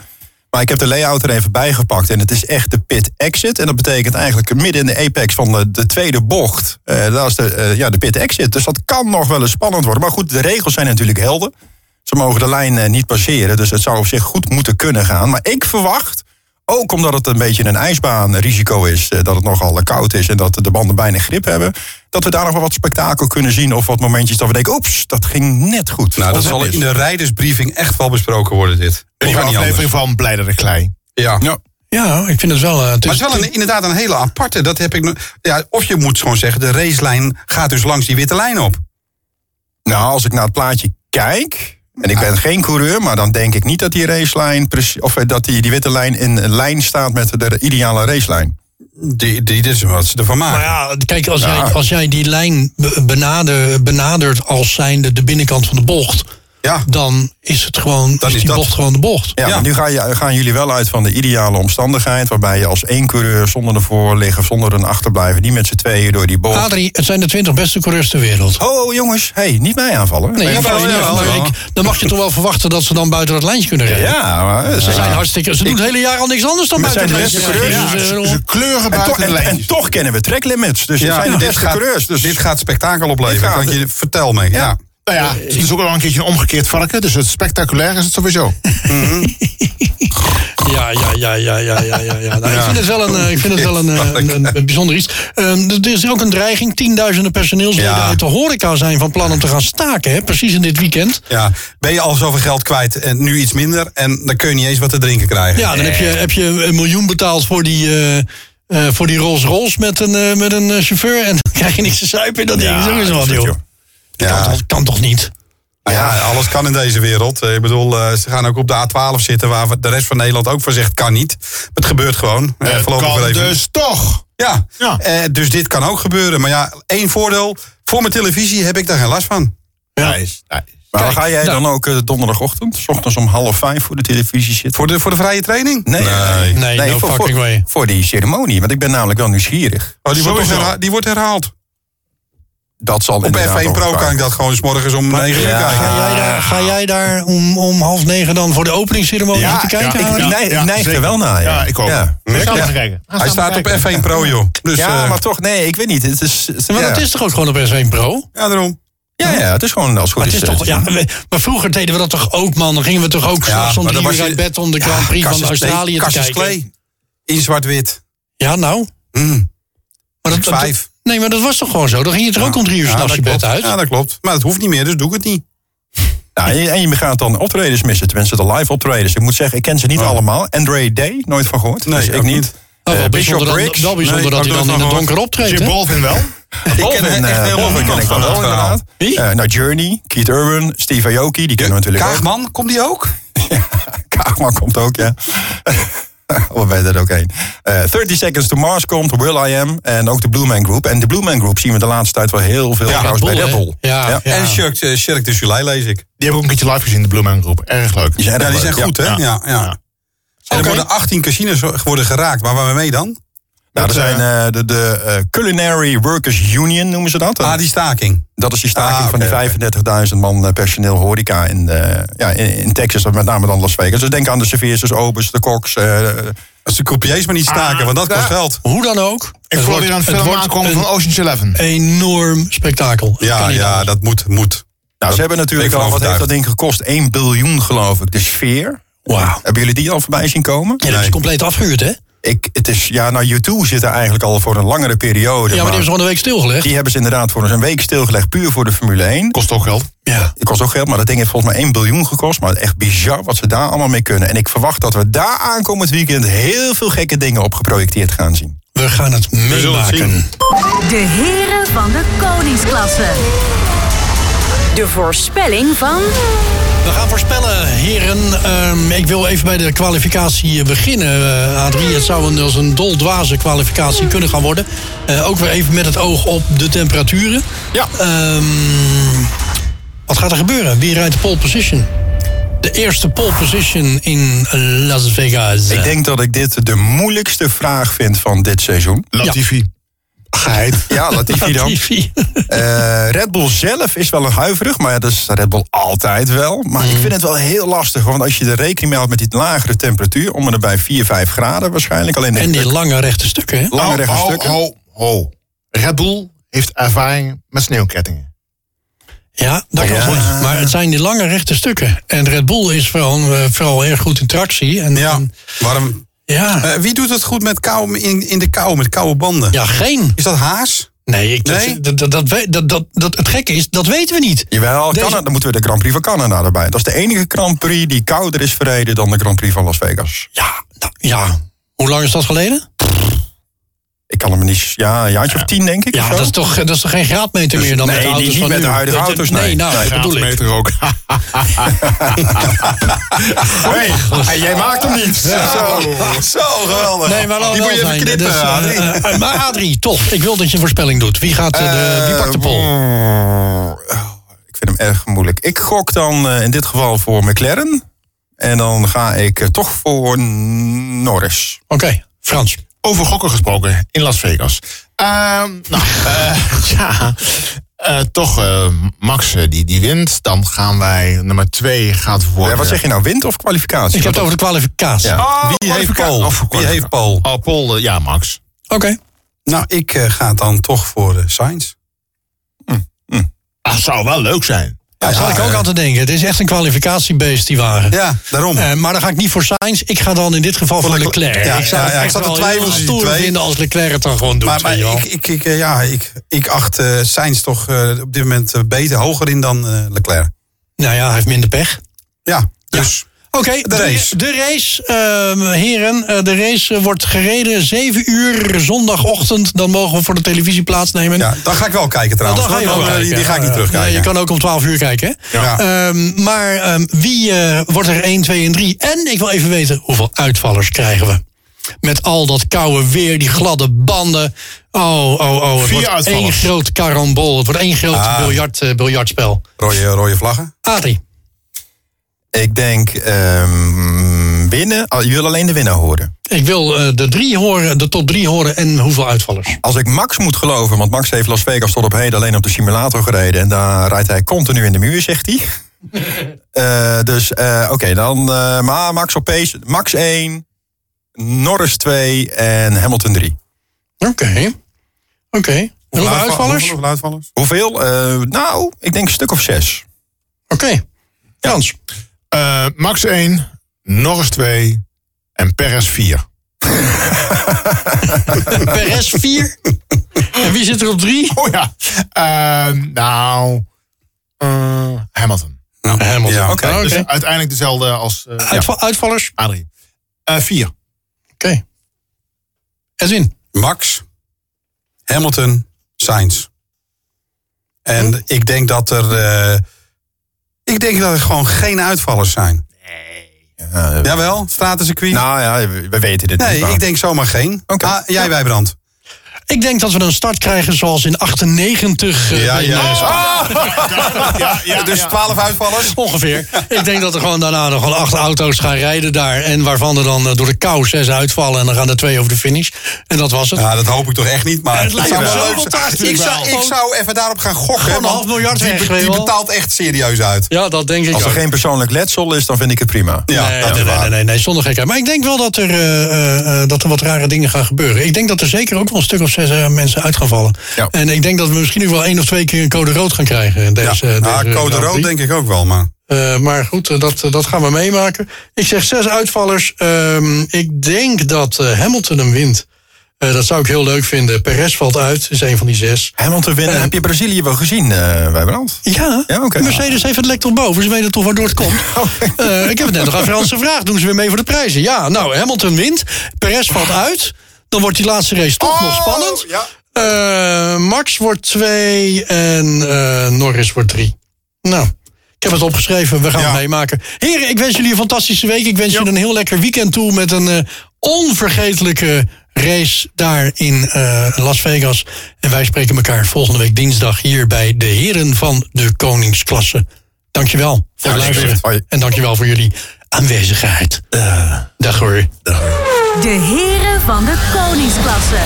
Speaker 7: Maar ik heb de layout er even bij gepakt. En het is echt de pit exit. En dat betekent eigenlijk midden in de apex van de, de tweede bocht. eh, daar is de, eh, ja, de pit exit. Dus dat kan nog wel eens spannend worden. Maar goed, de regels zijn natuurlijk helder. Ze mogen de lijn eh, niet passeren. Dus het zou op zich goed moeten kunnen gaan. Maar ik verwacht, ook omdat het een beetje een ijsbaanrisico is... eh, dat het nogal eh, koud is en dat de banden bijna grip hebben... dat we daar nog wel wat spektakel kunnen zien... of wat momentjes dat we denken, oeps, dat ging net goed.
Speaker 3: Nou, dat
Speaker 7: Of
Speaker 3: zal
Speaker 7: net
Speaker 3: in
Speaker 7: mis.
Speaker 3: de rijdersbriefing echt wel besproken worden, dit. Dat
Speaker 6: Of
Speaker 3: kan
Speaker 6: een
Speaker 3: niet anders.
Speaker 6: aflevering van Blijder de Klei.
Speaker 3: Ja.
Speaker 2: Ja, ik vind het wel... eh, het
Speaker 3: Maar
Speaker 2: is-
Speaker 3: het is wel een, inderdaad een hele aparte. Dat heb ik, nog- ja, of je moet gewoon zeggen, de racelijn gaat dus langs die witte lijn op.
Speaker 7: Nou, als ik naar het plaatje kijk. En ik ben geen coureur, maar dan denk ik niet dat die racelijn. preci- of eh, dat die, die witte lijn in lijn staat met de ideale racelijn.
Speaker 3: Die, die, dit is wat ze ervan maken.
Speaker 2: Maar Nou ja, kijk, als, Jij, als jij die lijn be- benade- benadert als zijnde de binnenkant van de bocht...
Speaker 3: Ja.
Speaker 2: dan is, het gewoon, is
Speaker 3: is
Speaker 2: die
Speaker 3: dat.
Speaker 2: bocht gewoon de bocht.
Speaker 7: Ja,
Speaker 3: Ja.
Speaker 7: maar nu ga je, gaan jullie wel uit van de ideale omstandigheid. waarbij je als één coureur zonder een voorligger, zonder een achterblijven. die met z'n tweeën door die bocht.
Speaker 2: Adrie, het zijn de 20 beste coureurs ter wereld.
Speaker 7: Oh, oh, jongens, hey, niet mij aanvallen.
Speaker 2: Nee,
Speaker 3: jawel,
Speaker 2: jawel,
Speaker 3: jawel,
Speaker 2: maar
Speaker 3: jawel.
Speaker 2: ik- dan mag je toch wel verwachten dat ze dan buiten dat lijntje kunnen rijden.
Speaker 7: Ja, maar. eh,
Speaker 2: Ze
Speaker 7: zeker.
Speaker 2: zijn hartstikke. Ze doen het hele jaar al niks anders dan
Speaker 7: Maar
Speaker 2: buiten
Speaker 7: zijn
Speaker 2: het
Speaker 7: de
Speaker 2: lijntje.
Speaker 7: beste
Speaker 2: rijden. Dus, eh,
Speaker 6: Ze kleuren
Speaker 7: En,
Speaker 6: buiten
Speaker 7: toch,
Speaker 6: de
Speaker 7: en, en
Speaker 6: lijntjes.
Speaker 7: toch kennen we tracklimits. Dus het zijn de
Speaker 3: dit,
Speaker 7: beste coureurs.
Speaker 3: gaat,
Speaker 7: Dus
Speaker 3: dit gaat spektakel opleveren.
Speaker 7: Dit gaat-
Speaker 3: kan ik je vertel mee. Ja.
Speaker 6: Nou ja, het is ook al een keertje een omgekeerd varken, dus het spectaculair is het sowieso.
Speaker 2: Ja, ja, ja, ja, ja, ja, ja. ja. Nou, Ik vind het wel een, eh, ik vind het wel een, eh, een, een- een bijzonder iets. Ehm, er er is ook een dreiging. Tienduizenden personeelsleden
Speaker 3: Ja.
Speaker 2: uit de horeca zijn van plan om te gaan staken. Hè? Precies in dit weekend.
Speaker 3: Ja. Ben je al zoveel geld kwijt en nu iets minder... en dan kun je niet eens wat te drinken krijgen.
Speaker 2: Ja, dan heb je, heb je een miljoen betaald voor die... eh, eh, voor die Rolls Rolls met een, eh, met een eh, chauffeur. En dan krijg je niks te zuipen. Dat ding is ook eens wat, joh.
Speaker 3: Ja.
Speaker 2: Dat kan toch niet?
Speaker 3: Nou ja, alles kan in deze wereld. Eh, Ik bedoel, eh, ze gaan ook op de A12 zitten... waar de rest van Nederland ook van zegt, kan niet. Maar het gebeurt gewoon. Eh,
Speaker 6: Het
Speaker 3: voorlopig
Speaker 6: kan
Speaker 3: weer even.
Speaker 6: dus toch.
Speaker 3: Ja,
Speaker 6: Ja.
Speaker 3: Eh, dus dit kan ook gebeuren. Maar ja, één voordeel. Voor mijn televisie heb ik daar geen last van.
Speaker 6: Nice, nice.
Speaker 7: maar
Speaker 2: Kijk,
Speaker 7: ga jij
Speaker 2: nou.
Speaker 7: dan ook eh, donderdagochtend, s ochtends om half vijf voor de televisie zitten?
Speaker 3: Voor de, voor de vrije training?
Speaker 7: Nee,
Speaker 3: nee.
Speaker 2: Nee, no
Speaker 7: voor,
Speaker 2: fucking
Speaker 7: voor-
Speaker 2: way.
Speaker 7: voor die ceremonie, want ik ben namelijk wel nieuwsgierig.
Speaker 3: Oh, die, wordt
Speaker 7: Sowieso.
Speaker 3: toch herha- die wordt herhaald.
Speaker 7: Dat zal
Speaker 3: Op F1 Pro kan ik dat gewoon 's morgens om 9 uur
Speaker 7: ja.
Speaker 3: kijken.
Speaker 2: Ga jij daar, ga jij daar om, om half negen dan voor de openingsceremonie
Speaker 6: Ja,
Speaker 2: te
Speaker 6: ja,
Speaker 2: kijken?
Speaker 6: ik-
Speaker 2: Harry?
Speaker 6: nee.
Speaker 7: neig,
Speaker 6: Ja,
Speaker 7: neig er
Speaker 6: zeker.
Speaker 7: wel naar.
Speaker 6: Ja, ik ook.
Speaker 7: Ja,
Speaker 6: We gaan
Speaker 3: Ja.
Speaker 6: even kijken. We gaan
Speaker 3: Hij
Speaker 6: samen
Speaker 3: staat op
Speaker 6: kijken.
Speaker 3: F1 Pro, joh. Dus,
Speaker 7: ja
Speaker 3: eh,
Speaker 7: maar toch, nee, ik weet niet. Het is, het-
Speaker 2: Maar
Speaker 7: ja.
Speaker 2: dat is toch ook gewoon op S1 Pro?
Speaker 3: ja, daarom.
Speaker 7: ja, ja, het is gewoon als het goed
Speaker 2: Maar, het is
Speaker 7: eh,
Speaker 2: toch, ja, we- maar vroeger deden we dat toch ook, man? Dan gingen we toch ook s'nachts om
Speaker 3: maar
Speaker 2: drie
Speaker 3: dan was
Speaker 2: uur
Speaker 3: je-
Speaker 2: uit bed om de
Speaker 3: Ja,
Speaker 2: Grand Prix van
Speaker 3: Cassius Clay-
Speaker 2: Australië te
Speaker 3: Cassius
Speaker 2: kijken?
Speaker 3: Clay. In zwart-wit.
Speaker 2: Ja, nou.
Speaker 3: Mm,
Speaker 2: Maar dat, dat-
Speaker 3: vijf.
Speaker 2: Nee, maar dat was toch gewoon zo? Dan ging je er ook om drie uur s'nachts je
Speaker 3: dat
Speaker 2: bed
Speaker 3: klopt.
Speaker 2: uit.
Speaker 3: Ja, dat klopt. Maar dat hoeft niet meer, dus doe ik het niet.
Speaker 7: Ja, en je- en je gaat dan optredens missen, tenminste de live optredens. Ik moet zeggen, ik ken ze niet allemaal. Andre Day, nooit van gehoord.
Speaker 3: Oh. Nee,
Speaker 7: dus
Speaker 3: ook
Speaker 7: ik niet.
Speaker 3: niet.
Speaker 2: Oh, wel
Speaker 7: Eh,
Speaker 2: bijzonder
Speaker 7: Bishop
Speaker 2: dan-
Speaker 7: Briggs.
Speaker 2: wel bijzonder
Speaker 7: Nee,
Speaker 2: dat
Speaker 7: ook
Speaker 2: hij
Speaker 7: nooit
Speaker 2: dan in
Speaker 7: van
Speaker 2: het
Speaker 7: gehoord.
Speaker 2: donker optreedt.
Speaker 6: Jim
Speaker 2: hè?
Speaker 6: Bolvin wel.
Speaker 3: Ik ken
Speaker 7: Boven,
Speaker 3: Oh, echt
Speaker 7: eh,
Speaker 3: heel
Speaker 7: boven ken ik
Speaker 3: van
Speaker 7: dan wel,
Speaker 3: dat verhaal.
Speaker 7: inderdaad.
Speaker 2: Wie?
Speaker 7: Eh, nou, Journey, Keith Urban, Steve Aoki, die kennen we natuurlijk ook.
Speaker 3: Kaagman, komt die ook?
Speaker 7: Kaagman komt ook, ja. [laughs] We weten er ook heen. Eh 30 Seconds to Mars komt, Will I Am en ook de Blue Man Group. En de Blue Man Group zien we de laatste tijd wel heel veel trouwens
Speaker 2: Red
Speaker 7: bij
Speaker 2: Bull,
Speaker 7: Red
Speaker 2: hè?
Speaker 7: Bull.
Speaker 2: Ja, ja.
Speaker 3: En Shirk, eh, Shirk de July lees ik.
Speaker 6: Die heb ik ook een keertje live gezien, de Blue Man Groep. Erg leuk.
Speaker 7: Die zijn
Speaker 3: Ja,
Speaker 7: erg
Speaker 3: die
Speaker 7: leuk,
Speaker 3: zijn goed, hè? Ja, ja. En er
Speaker 2: Oké.
Speaker 3: worden 18 casinos worden geraakt. Maar waarmee dan?
Speaker 7: Nou, er zijn eh, de, de eh, Culinary Workers Union, noemen ze dat.
Speaker 3: Ah, die staking.
Speaker 7: Dat is die staking
Speaker 3: Ah, oké,
Speaker 7: van die 35.000 man eh, personeel horeca in, eh, ja, in, in Texas, met name dan Las Vegas. Dus denk aan de serveersters, obers, de koks. eh,
Speaker 3: Als de croupiers maar niet staken, want dat kost geld.
Speaker 2: Hoe dan ook.
Speaker 6: Ik
Speaker 2: het
Speaker 6: voelde
Speaker 2: wordt-
Speaker 6: hier een
Speaker 2: het
Speaker 6: film
Speaker 2: wordt
Speaker 6: aankomen
Speaker 2: een
Speaker 6: van Ocean's Eleven.
Speaker 2: enorm spektakel. Het kan
Speaker 3: Ja,
Speaker 2: niet
Speaker 3: ja
Speaker 2: anders.
Speaker 3: dat moet. moet.
Speaker 7: nou, ze hebben natuurlijk
Speaker 3: ben ik
Speaker 7: al,
Speaker 3: van
Speaker 7: wat heeft
Speaker 3: overtuigd.
Speaker 7: dat ding gekost? 1 biljoen geloof ik, de sfeer.
Speaker 2: Wauw.
Speaker 7: Hebben jullie die al voorbij zien komen?
Speaker 2: Ja, dat is compleet afgehuurd, hè? Ja,
Speaker 7: Ik, het is, ja, nou, U2 zit er eigenlijk al voor een langere periode.
Speaker 2: maar die
Speaker 7: maar
Speaker 2: hebben ze gewoon een week stilgelegd.
Speaker 7: die hebben ze inderdaad voor een week stilgelegd, puur voor de Formule 1.
Speaker 6: Kost ook geld.
Speaker 2: Ja.
Speaker 7: Het kost ook geld, maar dat ding heeft volgens mij 1 biljoen gekost. Maar echt bizar wat ze daar allemaal mee kunnen. En ik verwacht dat we daar aankomend weekend heel veel gekke dingen op geprojecteerd gaan zien.
Speaker 2: We gaan het
Speaker 3: zullen het
Speaker 2: meemaken.
Speaker 1: De heren van de koningsklasse. De voorspelling van
Speaker 2: We gaan voorspellen, heren. Ehm, ik wil even bij de kwalificatie eh, beginnen, eh, Adrie. Het zou een, als een doldwaze kwalificatie kunnen gaan worden. Eh, ook weer even met het oog op de temperaturen.
Speaker 7: Ja.
Speaker 2: Ehm, wat gaat er gebeuren? Wie rijdt de pole position? De eerste pole position in Las Vegas.
Speaker 7: Ik denk dat ik dit de moeilijkste vraag vind van dit seizoen.
Speaker 6: Latifi. Geheid.
Speaker 7: Ja, Latifi dan.
Speaker 2: Latifi.
Speaker 7: Eh, Red Bull zelf is wel een huiverig, maar ja, dat is Red Bull altijd wel. Maar
Speaker 3: Mm.
Speaker 7: ik vind het wel heel lastig, want als je er rekening mee houdt met die lagere temperatuur, om en bij 4, 5 graden waarschijnlijk.
Speaker 2: [laughs]
Speaker 7: Alleen
Speaker 2: En
Speaker 7: de
Speaker 2: die lange rechte stukken, hè?
Speaker 7: lange rechte
Speaker 6: ho,
Speaker 7: stukken.
Speaker 6: ho, ho. Red Bull heeft ervaring met sneeuwkettingen.
Speaker 2: Ja, dat klopt. Maar het zijn die lange rechte stukken. En Red Bull is vooral, eh, vooral erg goed in tractie. En,
Speaker 3: Ja,
Speaker 2: en-
Speaker 3: waarom?
Speaker 2: ja.
Speaker 3: Eh, wie doet het goed met kou, in, in de kou, met koude banden?
Speaker 2: ja, geen.
Speaker 3: Is dat Haas?
Speaker 2: Nee, ik,
Speaker 3: Nee?
Speaker 2: Dat, dat, dat, we- dat, dat, dat- het gekke is, dat weten we niet.
Speaker 7: Jawel,
Speaker 2: Deze-
Speaker 7: Canada, dan moeten we de Grand Prix van Canada erbij. Dat is de enige Grand Prix die kouder is verreden dan de Grand Prix van Las Vegas.
Speaker 2: Ja, nou, ja. Hoe lang is dat geleden?
Speaker 7: Ik kan hem niet... Ja, een jaartje of tien, denk ik.
Speaker 2: Ja,
Speaker 7: of zo. Dus
Speaker 2: dat is toch, dat is toch geen graadmeter meer dan
Speaker 7: nee,
Speaker 2: met de
Speaker 7: niet-
Speaker 2: auto's
Speaker 7: niet
Speaker 2: van
Speaker 7: met
Speaker 2: nu?
Speaker 7: de huidige
Speaker 2: Dat-
Speaker 7: auto's,
Speaker 2: Nee,
Speaker 7: nee.
Speaker 2: nou,
Speaker 7: Nee,
Speaker 2: dat bedoel ik.
Speaker 6: Meter ook.
Speaker 7: [laughs] Hey, jij maakt hem niet. Zo, zo geweldig.
Speaker 2: Nee, maar laat
Speaker 7: Die
Speaker 2: wel
Speaker 7: moet je even
Speaker 2: zijn.
Speaker 7: knippen,
Speaker 2: Dus, eh,
Speaker 7: Adrie.
Speaker 2: eh, eh, maar Adrie, toch. Ik wil dat je een voorspelling doet. Wie, gaat, eh, de, wie pakt de
Speaker 7: mm.
Speaker 2: pol?
Speaker 7: Eh, Ik vind hem erg moeilijk. Ik gok dan eh, in dit geval voor McLaren. En dan ga ik eh, toch voor Norris.
Speaker 2: Oké, Frans.
Speaker 6: Over gokken gesproken in Las Vegas. Ehm, [laughs] nou, eh, ja. Eh, toch, eh, Max eh, die, die wint. Dan gaan wij, nummer twee gaat worden...
Speaker 7: Ja, wat zeg je nou, wind of kwalificatie?
Speaker 2: Ik heb het over de kwalificatie.
Speaker 7: Ja.
Speaker 6: Oh,
Speaker 3: Wie heeft
Speaker 6: kwalificatie.
Speaker 3: Paul?
Speaker 6: Of voor
Speaker 3: Wie heeft Paul?
Speaker 6: Oh, Paul, eh, ja, Max.
Speaker 2: Oké.
Speaker 3: Nou, ik eh, ga dan toch voor eh, Sainz.
Speaker 6: Ah, zou wel leuk zijn.
Speaker 2: Daar zat ik ook aan te denken. Het is echt een kwalificatiebeest, die wagen.
Speaker 3: Ja, daarom.
Speaker 2: Eh, maar dan ga ik niet voor Sainz. Ik ga dan in dit geval voor,
Speaker 3: Leclerc.
Speaker 2: Leclerc.
Speaker 3: Ja,
Speaker 2: ik zou
Speaker 3: ja,
Speaker 2: het
Speaker 3: ja, ik
Speaker 2: echt
Speaker 3: zat te
Speaker 2: wel
Speaker 3: twijfelen
Speaker 2: heel
Speaker 3: tussen die
Speaker 2: stoer
Speaker 3: twee.
Speaker 2: vinden als Leclerc het dan gewoon doet.
Speaker 3: maar maar
Speaker 2: weet je wel.
Speaker 3: ik, ik, ik, eh, ja, ik, ik acht eh Sainz toch eh, op dit moment eh, beter, hoger in dan eh, Leclerc.
Speaker 2: Nou ja, hij heeft minder pech.
Speaker 3: Ja, dus
Speaker 2: Oké, de
Speaker 3: race.
Speaker 2: De race, ehm, heren. eh, de race eh, wordt gereden 7 uur zondagochtend. Dan mogen we voor de televisie plaatsnemen.
Speaker 3: ja. dan ga ik wel kijken trouwens.
Speaker 2: Dan ga je
Speaker 3: hoor.
Speaker 2: wel
Speaker 3: Maar die-
Speaker 2: kijken.
Speaker 3: Die ga ik niet
Speaker 2: Eh,
Speaker 3: terugkijken.
Speaker 2: nee, je kan ook om 12 uur kijken. Hè?
Speaker 3: Ja.
Speaker 2: Ehm, maar ehm, wie eh, wordt er 1, 2 en 3? En ik wil even weten hoeveel uitvallers krijgen we. Met al dat koude weer, die gladde banden. Oh, oh, oh. Het
Speaker 6: Vier
Speaker 2: wordt
Speaker 6: uitvallers.
Speaker 2: één groot karambol. Het wordt één groot
Speaker 3: Ah.
Speaker 2: biljart, eh, biljartspel.
Speaker 3: Rode, eh, rode vlaggen.
Speaker 2: Adrie.
Speaker 7: Ik denk ehm, winnen. Ah, je wil alleen de winnaar horen.
Speaker 2: Ik wil eh, de, drie horen, de top drie horen en hoeveel uitvallers.
Speaker 7: Als ik Max moet geloven, want Max heeft Las Vegas tot op heden alleen op de simulator gereden. En daar rijdt hij continu in de muur, zegt
Speaker 2: [laughs]
Speaker 7: hij. Eh, dus eh, oké, dan eh, maar Max op pace. Max 1, Norris 2 en Hamilton 3.
Speaker 2: Oké. Oké. En Hoeveel uitvallers? Oké.
Speaker 3: Hoeveel uitvallers?
Speaker 7: Hoeveel? Eh, nou, ik denk een stuk of zes.
Speaker 2: Frans.
Speaker 6: Eh, Max 1, Norris 2 en Perez 4.
Speaker 2: Perez 4. En wie zit er op 3?
Speaker 6: Oh ja. Eh, nou. eh, Hamilton.
Speaker 2: Hamilton.
Speaker 3: Ja,
Speaker 2: oké.
Speaker 3: oké.
Speaker 2: oké.
Speaker 6: Dus uiteindelijk dezelfde als eh ja,
Speaker 2: Uitva- Uitvallers?
Speaker 6: Adrie. Eh, vier.
Speaker 2: Oké. Edwin?
Speaker 3: Max, Hamilton, Sainz. En ik denk dat er. eh, ik denk dat er gewoon geen uitvallers zijn.
Speaker 7: Ja, eh,
Speaker 3: Jawel, stratencircuit.
Speaker 7: nou ja, we, we weten dit
Speaker 3: nee,
Speaker 7: niet. maar-
Speaker 3: ik denk zomaar geen.
Speaker 7: Oké.
Speaker 3: Ah, jij, Wijbrand.
Speaker 2: Ik denk dat we een start krijgen zoals in 98. eh, bij, eh,
Speaker 3: dus 12 uitvallers.
Speaker 2: [laughs]
Speaker 3: [laughs]
Speaker 2: Ongeveer. Ik denk dat er gewoon daarna nog wel acht auto's gaan rijden daar. En waarvan er dan eh, door de kou zes uitvallen. En dan gaan er twee over de finish. En dat was het.
Speaker 3: Ja, dat hoop ik toch echt niet. Maar
Speaker 2: Het lijkt
Speaker 3: zou
Speaker 2: me
Speaker 3: wel
Speaker 2: zo
Speaker 3: leuk zijn.
Speaker 2: fantastisch
Speaker 3: Ik zou,
Speaker 2: wel.
Speaker 3: ik zou even daarop gaan gokken.
Speaker 2: Gewoon een
Speaker 3: want
Speaker 2: half miljard
Speaker 3: die,
Speaker 2: weg,
Speaker 3: be- die
Speaker 2: weet je wel.
Speaker 3: betaalt echt serieus uit.
Speaker 2: Ja, dat denk ik
Speaker 7: Als er
Speaker 2: ook.
Speaker 7: geen persoonlijk letsel is, dan vind ik het prima.
Speaker 3: Ja,
Speaker 2: nee,
Speaker 3: dat
Speaker 2: nee, nee,
Speaker 3: is waar.
Speaker 2: nee, nee, nee, zonder gekheid. Maar ik denk wel dat er, eh, eh, eh, dat er wat rare dingen gaan gebeuren. Ik denk dat er zeker ook wel een stuk of zes eh, mensen uit gaan vallen.
Speaker 7: Ja.
Speaker 2: En ik denk dat we misschien ook wel één of twee keer een code rood gaan krijgen. in Deze, eh,
Speaker 3: ja.
Speaker 2: deze
Speaker 3: ah,
Speaker 2: Grand
Speaker 3: code
Speaker 2: Prix.
Speaker 3: rood denk ik ook wel. Maar
Speaker 2: Eh, maar goed, eh, dat, eh, dat gaan we meemaken. Ik zeg zes uitvallers. Ehm, ik denk dat eh, Hamilton hem wint. Eh, dat zou ik heel leuk vinden. Perez valt uit, is een van die zes.
Speaker 7: Hamilton winnen, heb je Brazilië wel gezien, eh Wijbrand?
Speaker 2: Ja,
Speaker 7: Ja, oké.
Speaker 2: Mercedes heeft het lek tot boven. Ze weten toch waardoor het
Speaker 7: [laughs]
Speaker 2: komt. Eh, ik heb het net nog aan Frans gevraagd. Doen ze weer mee voor de prijzen? Ja, nou, Hamilton wint. Perez valt uit. Dan wordt die laatste race toch nog spannend. Eh, Max wordt twee en eh, Norris wordt drie. Nou, ik heb het opgeschreven. We gaan het meemaken. Heren, ik wens jullie een fantastische week. Ik wens jullie een heel lekker weekend toe met een eh, onvergetelijke race daar in eh, Las Vegas. En wij spreken elkaar volgende week dinsdag hier bij de heren van de Koningsklasse. Dankjewel voor het luisteren.
Speaker 7: alsjeblieft. Hoi. Eh.
Speaker 2: En dankjewel voor jullie aanwezigheid. Dag hoor.
Speaker 1: De heren van de koningsklasse.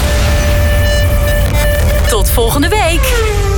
Speaker 1: Tot volgende week.